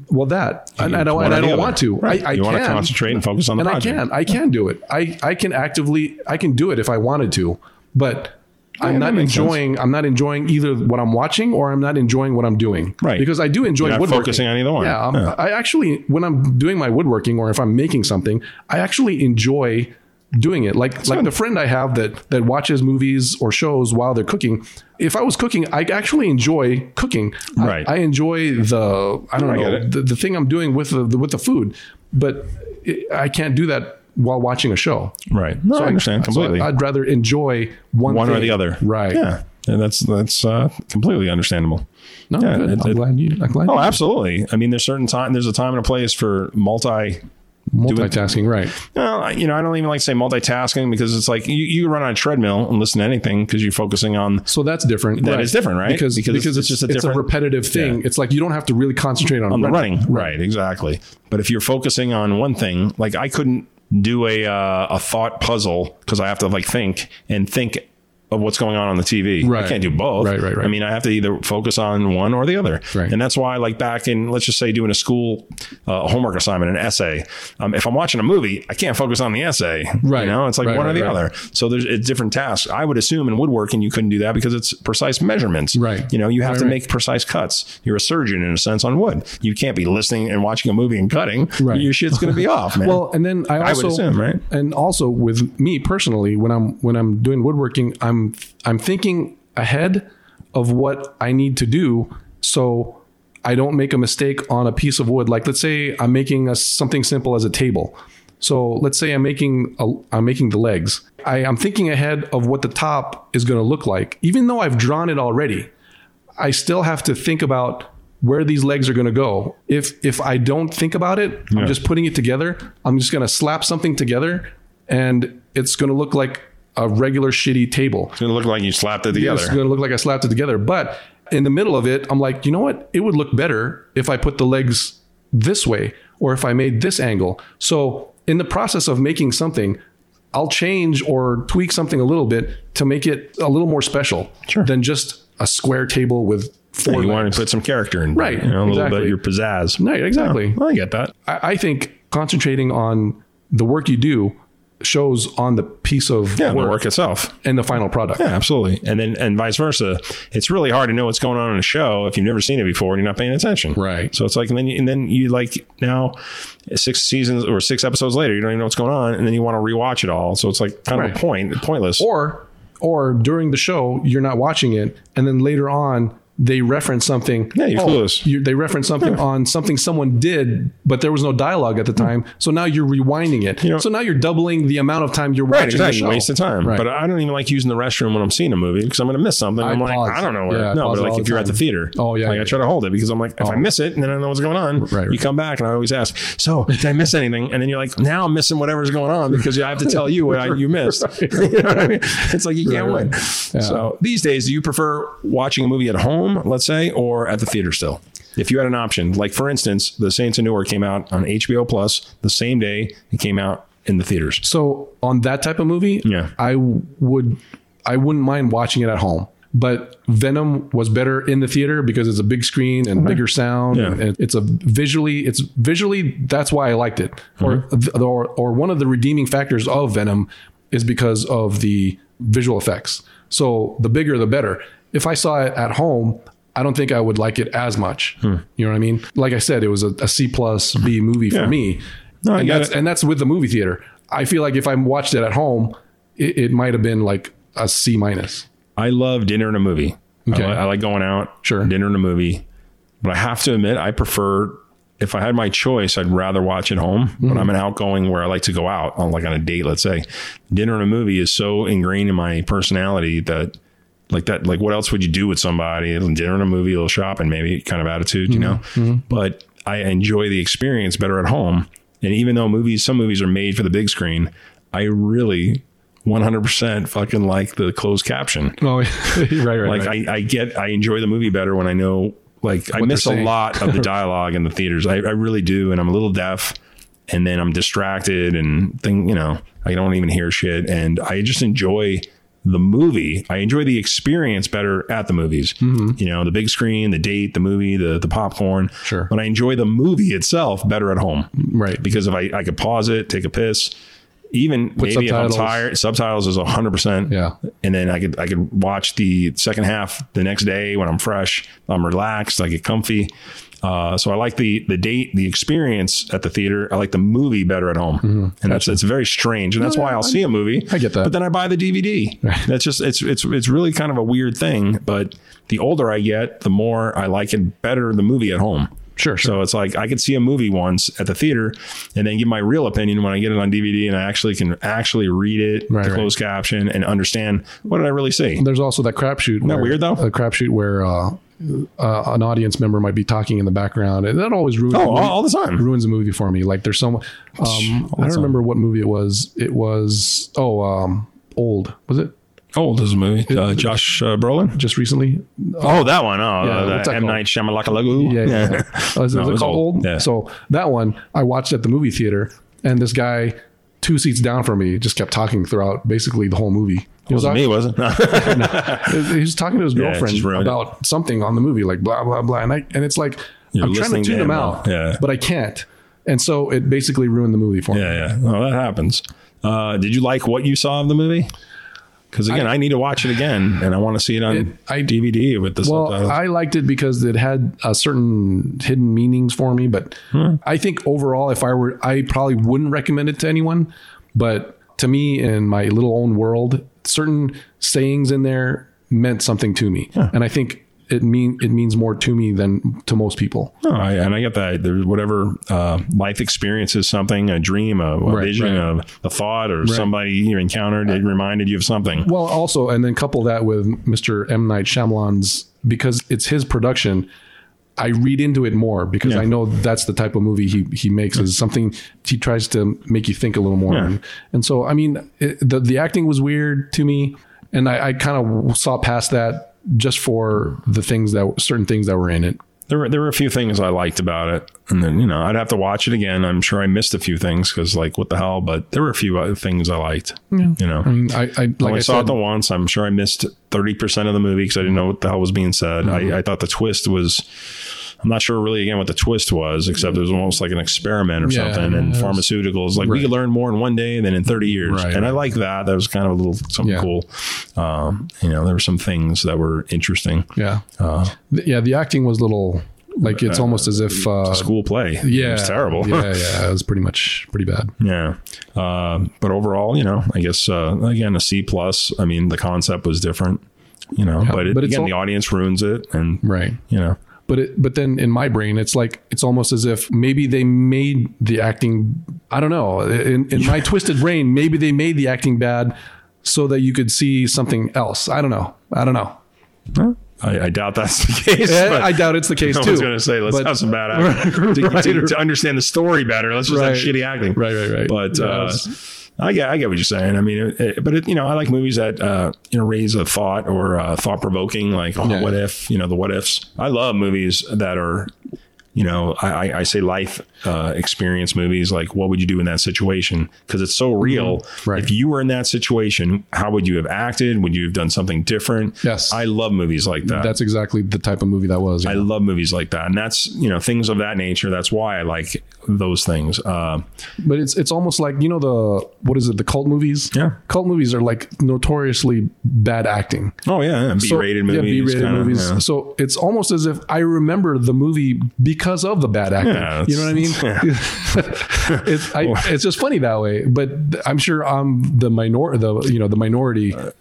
Well, that and I don't, one and or I the don't other. want to. Right. I, I you can. want to concentrate and focus on the and I project. can. I can do it. I I can actively. I can do it if I wanted to, but. I'm that not makes sense. enjoying. I'm not enjoying either what I'm watching, or I'm not enjoying what I'm doing. Right. Because I do enjoy You're not woodworking. focusing on either one. Yeah, I'm- Yeah. I actually, when I'm doing my woodworking, or if I'm making something, I actually enjoy doing it. Like like the friend I have that that watches movies or shows while they're cooking. If I was cooking, I actually enjoy cooking. I- Right. I, enjoy the I don't I get know it. the, the thing I'm doing with the, with the food, but it, I can't do that while watching a show. Right. No, I understand completely. So I'd rather enjoy one one or thing. the other. Right. Yeah. And that's that's uh, completely understandable. No, Yeah, good. it- I'm it- glad you. I'm glad Oh, absolutely. I mean, there's certain time. There's a time and a place for multi. you multitasking. Right. Well, you know, I don't even like to say multitasking because it's like you, you run on a treadmill and listen to anything because you're focusing on. So that's different. That That is is different, right? Because Because because, it's- it's, it's just just a a it's a different- repetitive thing. Yeah. It's like you don't have to really concentrate on, on the running. Right. Right, exactly. But if you're focusing on one thing, like I couldn't do a uh, a thought puzzle because I have to like think and think of what's going on on the TV. I Right. can't do both. Right, right, right. I mean, I have to either focus on one or the other. Right. And that's why, like back in, let's just say doing a school uh, homework assignment, an essay. Um, if I'm watching a movie, I can't focus on the essay. Right. You know, it's like Right, one or right, the right. other. So there's it's different tasks. I would assume in woodworking you couldn't do that because it's precise measurements. Right. You know, you have Right, to right. make precise cuts. You're a surgeon in a sense on wood. You can't be listening and watching a movie and cutting. Right. Your shit's gonna be off, man. Well, and then I I also would assume, right? and also with me personally, when I'm when I'm doing woodworking, I'm I'm thinking ahead of what I need to do, so I don't make a mistake on a piece of wood. Like let's say I'm making a, something simple as a table. So let's say I'm making a, I'm making the legs. I, I'm thinking ahead of what the top is going to look like, even though I've drawn it already. I still have to think about where these legs are going to go. If if I don't think about it, I'm just putting it together. I'm just going to slap something together, and it's going to look like a regular shitty table. it's gonna look like you slapped it together. It's going to look like I slapped it together. But in the middle of it, I'm like, you know what? It would look better if I put the legs this way or if I made this angle. So in the process of making something. I'll change or tweak something a little bit to make it a little more special than just a square table with four Yeah, you legs. want to put some character in, Right, You know, a little bit exactly. your pizzazz. Right, exactly. I get that. I, I think concentrating on the work you do shows on the piece of Yeah, work, the work itself. and the final product. Yeah, absolutely. And then and vice versa. It's really hard to know what's going on in a show if you've never seen it before and you're not paying attention. Right. So it's like and then you, and then you like now six seasons or six episodes later, you don't even know what's going on, and then you want to rewatch it all. So it's like kind of Right. a point pointless. Or or during the show you're not watching it, and then later on they reference something. Oh, Yeah, you're clueless. you- they reference something on something someone did, but there was no dialogue at the time. So now you're rewinding it. Hmm. know- so now you're doubling the amount of time you're Right, watching the exactly. show. Waste of time. Right. But I don't even like using the restroom when I'm seeing a movie because I'm going to miss something. I am like, pause. I don't know where. Yeah, I no, pause but it all like if the you're at the time. theater, Oh, yeah, like I yeah. try to hold it because I'm like, if I miss it, then I don't know what's going on. Right, You right. come back and I always ask, so did I miss anything? And then you're like, now I'm missing whatever's going on because I have to tell you what I, you missed. you know what I mean? It's like you can't win. So these days, do you prefer watching a movie at home, let's say, or at the theater still? If you had an option, like for instance, The Saints of Newark came out on HBO Plus the same day it came out in the theaters. So on that type of movie, Yeah. I would I wouldn't mind watching it at home. But Venom was better in the theater because it's a big screen and bigger sound, Yeah. and, and it's a visually it's visually that's why I liked it. Mm-hmm. Or, or or one of the redeeming factors of Venom is because of the visual effects. So the bigger the better. If I saw it at home, I don't think I would like it as much. Hmm. You know what I mean? Like I said, it was a, a C plus B movie for me No, I and get that's it. and that's with the movie theater. I feel like if I watched it at home, it, it might have been like a C minus. I love dinner and a movie. Okay. I, li- I like going out, Sure. dinner and a movie. But I have to admit, I prefer if I had my choice, I'd rather watch at home. Hmm. But I'm an outgoing where I like to go out on like on a date, let's say. Dinner and a movie is so ingrained in my personality that like that. Like, what else would you do with somebody? Dinner and a movie, a little shopping, maybe kind of attitude, you Hmm. know. But I enjoy the experience better at home. And even though movies, some movies are made for the big screen, I really 100% fucking like the closed caption. Oh, right, right. Like right. I, I get, I enjoy the movie better when I know, like I miss a saying. lot of the dialogue in the theaters. I, I really do. And I'm a little deaf and then I'm distracted and thing, you know, I don't even hear shit. And I just enjoy the movie. I enjoy the experience better at the movies, Mm-hmm. you know, the big screen, the date, the movie, the, the popcorn, Sure. but I enjoy the movie itself better at home. Right. Because if I, I could pause it, take a piss, even maybe subtitles. if I'm tired, subtitles is hundred percent Yeah. and then I could I could watch the second half the next day when I'm fresh, I'm relaxed, I get comfy. Uh, so I like the the date, the experience at the theater. I like the movie better at home, Mm-hmm. and that's it's very strange, and that's why I'll see a movie. I get that. but then I buy the DVD. That's just it's it's it's really kind of a weird thing. But the older I get, the more I like it better the movie at home. Sure, sure. So it's like I could see a movie once at the theater, and then give my real opinion when I get it on DVD, and I actually can actually read it, Right, the right. closed caption, and understand what did I really see. There's also that crapshoot. Isn't that weird, though? A crapshoot where uh, uh, an audience member might be talking in the background, and that always ruins. Oh, the all, movie- all the time. ruins a movie for me. Like there's someone. Um, I don't remember what movie it was. It was oh, um, old was it? Oh, Old is a movie. Uh, Josh uh, Brolin. Just recently. Oh, that one. Oh, Yeah, uh, what's that M called? Night Shyamalan. Yeah, yeah. yeah. Uh, is, is No, it it was called old. old? Yeah. So that one I watched at the movie theater, and this guy two seats down from me just kept talking throughout basically the whole movie. He It was, wasn't me, was it? he was talking to his it girlfriend just ruined it. about something on the movie, like blah blah blah, and I and it's like You're I'm trying to listening to tune him him all. out, Yeah. but I can't, and so it basically ruined the movie for me. yeah, yeah. Well, that happens. Uh, did you like what you saw of the movie? Because again, I, need to watch it again, and I want to see it on It- I- DVD with the Well, subtitles. I liked it because it had uh, certain hidden meanings for me, but I think overall, if I were, I probably wouldn't recommend it to anyone. But to me, in my little own world, certain sayings in there meant something to me, and I think it mean it means more to me than to most people. No, I, and I get that. There's whatever uh, life experience is something, a dream, a, a vision, A, a thought, or somebody you encountered that reminded you of something. Well, also, and then couple that with Mr. M. Night Shyamalan's because it's his production. I read into it more because I know that's the type of movie he he makes is something he tries to make you think a little more. And, and so, I mean, it, the the acting was weird to me, and I, I kind of saw past that just for the things that certain things that were in it. There were there were a few things I liked about it, and then you know I'd have to watch it again. I'm sure I missed a few things because like what the hell, but there were a few other things I liked. You know, And I, I like Oh, I, I saw said, it the once. I'm sure I missed 30% of the movie because I didn't know what the hell was being said. Mm-hmm. I, I thought the twist was, I'm not sure really again what the twist was, except it was almost like an experiment or Yeah, something. And it was- pharmaceuticals, like we could learn more in one day than in 30 years. Right, and I right. like that. That was kind of a little something Yeah. cool. Um, you know, there were some things that were interesting. yeah, uh-huh. Th- yeah, the acting was little like it's almost as if uh, School play. yeah, It was terrible. yeah, yeah, it was pretty much pretty bad. Yeah. Uh, but overall, you know, I guess, uh, again, a C plus, I mean, the concept was different, you know, but, it, but it's again, all- the audience ruins it and, Right. you know, but it but then in my brain it's like it's almost as if maybe they made the acting i don't know in, in my twisted brain maybe they made the acting bad so that you could see something else i don't know i don't know I, I doubt that's the case. Eh, but i doubt it's the case no too one's going to say let's But- have some bad acting to, to, to understand the story better. Let's just have Right. shitty acting. Right, right, right. But Yeah, uh, that's- I get, I get what you're saying. I mean, it, it- but it, you know, I like movies that uh, you know raise a thought or uh, thought provoking, like oh, Yeah. what if you know the what ifs. I love movies that are. You know, I, I- I say life uh, experience movies like what would you do in that situation? Because it's so real. Mm-hmm. Right. If you were in that situation, how would you have acted? Would you have done something different? Yes. I love movies like that. that's exactly the type of movie that was I love movies like that, and that's you know things of that nature. That's why I like those things. Uh, but it's it's almost like you know the what is it the cult movies Yeah. cult movies are like notoriously bad acting oh yeah, yeah, B-rated So- movies. Yeah, B-rated kinda, movies. yeah. So it's almost as if I remember the movie because of the bad acting. Yeah, you know what I mean? it's, I, it's just funny that way. But I'm sure I'm the minor, the you know the minority in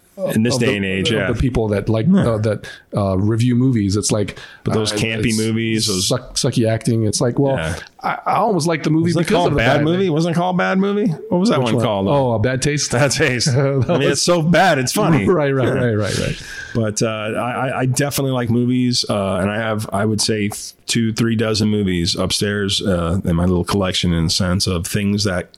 Uh, this of day the- and age, of yeah. the people that like uh, that uh, review movies. It's like but those campy movies, those- suck, sucky acting. It's like, well, Yeah. I, I almost like the movie Wasn't it because of called the bad, bad movie? Wasn't it called bad movie? What was that one, called? uh, Oh, a bad taste. Bad taste. I mean, it's so bad, it's funny. right, right, right, right, right. But uh, I, I- I definitely like movies, uh, and I have, I would say, th- two, three dozen movies upstairs uh, in my little collection, in the sense of things that,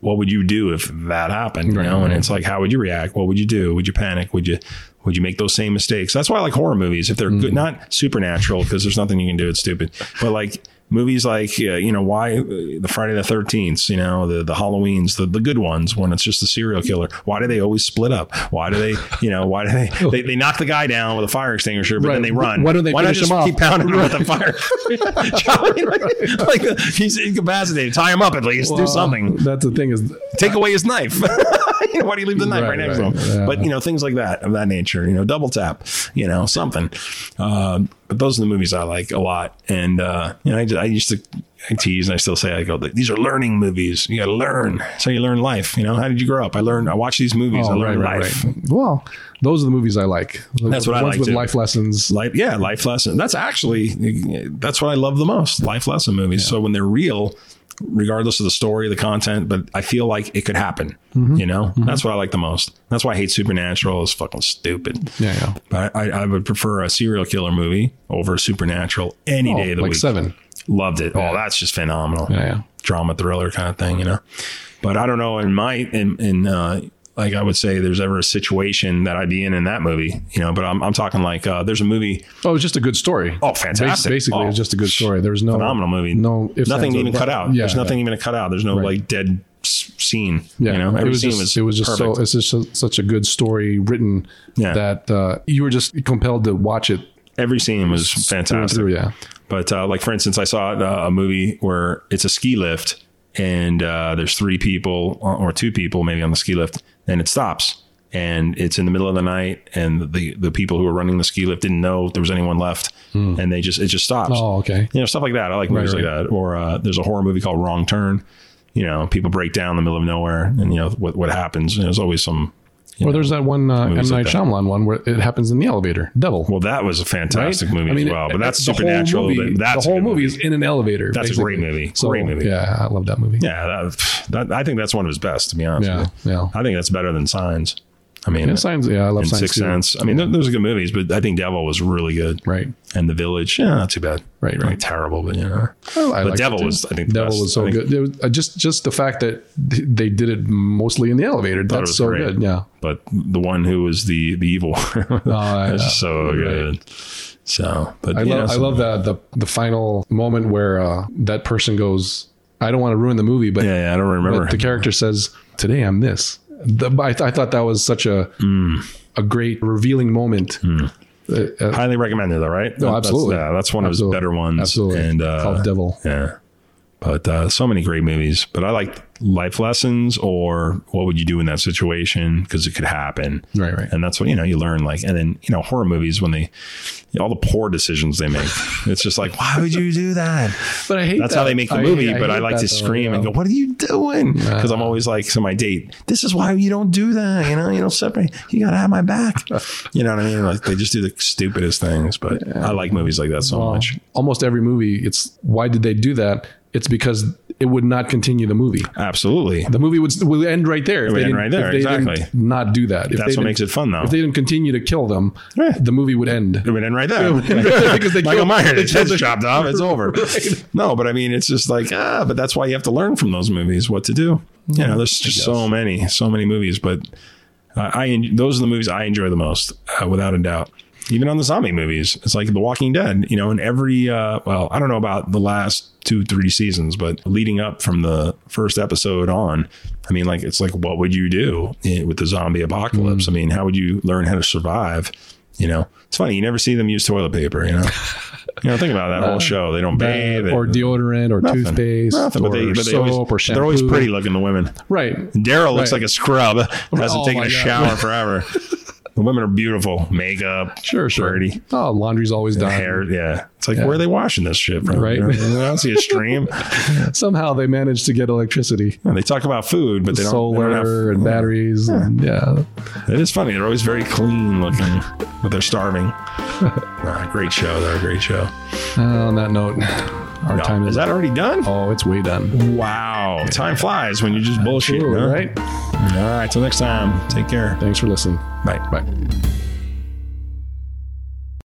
what would you do if that happened? You Right, know, and right. it's like, how would you react? What would you do? Would you panic? Would you, would you make those same mistakes? That's why I like horror movies if they're Mm-hmm. good, not supernatural, because there's nothing you can do. It's stupid, but like. Movies like uh, you know why uh, the Friday the Thirteenth, you know the the Halloween's, the, the good ones when it's just the serial killer. Why do they always split up? Why do they you know why do they they, they knock the guy down with a fire extinguisher, but then Right. they run? Why don't they why finish not just him off? keep pounding him with the fire? You know what I mean? like, like, uh, he's incapacitated. Tie him up at least. do Well, something That's the thing is, take away his knife. you know, why do you leave the knife Right, right, next right, to him? yeah. But you know, things like that of that nature. You know, double tap. You know, something. Um, but those are the movies I like a lot, and uh, you know, I, I used to. I tease and I still say I go. These are learning movies. You got to learn. So you learn life. You know, how did you grow up? I learned. I watched these movies. I oh, right, learned right, life. right. Well, those are the movies I like. That's what I Ones like with too. life lessons. Life, yeah, life lesson. That's actually that's what I love the most. Life lesson movies. So when they're real, regardless of the story, the content, but I feel like it could happen. Mm-hmm. You know, that's what I like the most. That's why I hate Supernatural. It's fucking stupid. Yeah, yeah. But I, I would prefer a serial killer movie over Supernatural any Oh, day of the like week. seven. Loved it. Oh, that's just phenomenal. Yeah, yeah. Drama thriller kind of thing, you know. But I don't know in my in in uh like I would say there's ever a situation that I'd be in in that movie, you know, but I'm I'm talking like uh there's a movie Oh, it's just a good story. Oh, fantastic. Bas- basically, Oh, it's just a good story. There's no phenomenal movie. No, ifs, nothing ands, or even cut buts. out. Yeah, There's nothing even cut out. There's no Right. like dead s- scene. Yeah, you know, every it was scene just, was it was just perfect. so it's just su- such a good story written Yeah. that uh, you were just compelled to watch it every scene was through and fantastic. through. Yeah, But uh, like for instance, I saw uh, a movie where it's a ski lift and uh, there's three people or or two people maybe on the ski lift, and it stops. And it's in the middle of the night, and the the people who were running the ski lift didn't know there was anyone left, and they just it just stops. Hmm. Oh, okay. You know stuff like that. I like movies Right, like that. Or uh, there's a horror movie called Wrong Turn. You know, people break down in the middle of nowhere, and you know what what happens. And there's always some. Or you know. there's that one uh, M Night Movies like that. Shyamalan one where it happens in the elevator. Devil. well, that was a fantastic Right? movie I mean, as well, but that's the whole supernatural. movie- but that's the a whole good movie is in an elevator. That's a great movie. Great movie. Yeah, I love that movie. Yeah, that, that I think that's one of his best. To be honest, Yeah, with you. yeah. I think that's better than Signs. I mean, And Signs. Yeah, I love and Signs. Sixth too. Sense. I mean, th- those are good movies, but I think Devil was really good. Right. And The Village, yeah, not too bad. Right, Not right. terrible, but you know. Well, I But liked Devil it, too. was, I think, the Devil best. was so I think- good. It was, uh, just just the fact that th- they did it mostly in the elevator. thought it That's was so great. good. Yeah. But the one who was the the evil, I that's know. so Oh, Right. good. So, but I you know, love I so- love that the the final moment where uh, that person goes, I don't want to ruin the movie, but, Yeah, yeah, I don't but remember. the character says, "Today I'm this." The, I, th- I thought that was such a Hmm. a great revealing moment. Uh, uh, Highly recommended, though, right? No, absolutely. That's, yeah, that's one Absolutely. of his better ones. Absolutely. And uh, Called Devil. Yeah. But uh, so many great movies. But I like life lessons or what would you do in that situation because it could happen. Right, right. And that's what you know you learn. Like, and then you know horror movies when they all the poor decisions they make. it's just like, why would you do that? but I hate That's how they make the movie. but I like to scream and go, "What are you doing?" Because I'm always like to my date, "This is why you don't do that. You know, you don't separate. You gotta have my back. you know what I mean? Like they just do the stupidest things. But I like movies like that so much. Almost every movie, it's why did they do that? It's because it would not continue the movie. Absolutely. The movie would would end right there. If would they end didn't- right there, if they didn't exactly. not do that. If That's they what didn't- makes it fun, though. If they didn't continue to kill them, Yeah. the movie would end. It would end right there. Because they Michael killed- Myers, they his killed head's the- chopped off. It's over. No, but I mean, it's just like ah, but that's why you have to learn from those movies what to do. You know, there's just so many, so many movies, but I, I those are the movies I enjoy the most, uh, without a doubt. Even on the zombie movies, it's like The Walking Dead. You know, in every uh, well, I don't know about the last two, three seasons, but leading up from the first episode on, I mean, like it's like what would you do eh, with the zombie Mm. apocalypse? I mean, how would you learn how to survive? You know, it's funny you never see them use toilet paper. You know, you know, think about that whole show. They don't bathe or and- deodorant or nothing. toothpaste Nothing, or but they, but they soap always, or shampoo. they're always pretty looking. The women. Right. Daryl looks Right. like a scrub. Hasn't Oh taken my God. a shower forever. The women are beautiful, makeup, Sure, sure. Pretty. Oh, laundry's always done. hair. Yeah, it's like where are they washing this shit from? Right. You know, I don't see a stream. Somehow they managed to get electricity, Yeah, they talk about food, but they don't. they don't have- solar, and batteries. and- yeah. It is funny. They're always very clean looking, but they're starving. Ah, great show. They're a great show. Uh, on that note, our No, time is, is that already done? Oh, it's way done. Wow. Time flies when you just bullshit. Ooh, huh? right. All right. Till next time. Take care. Thanks for listening. Bye. Bye.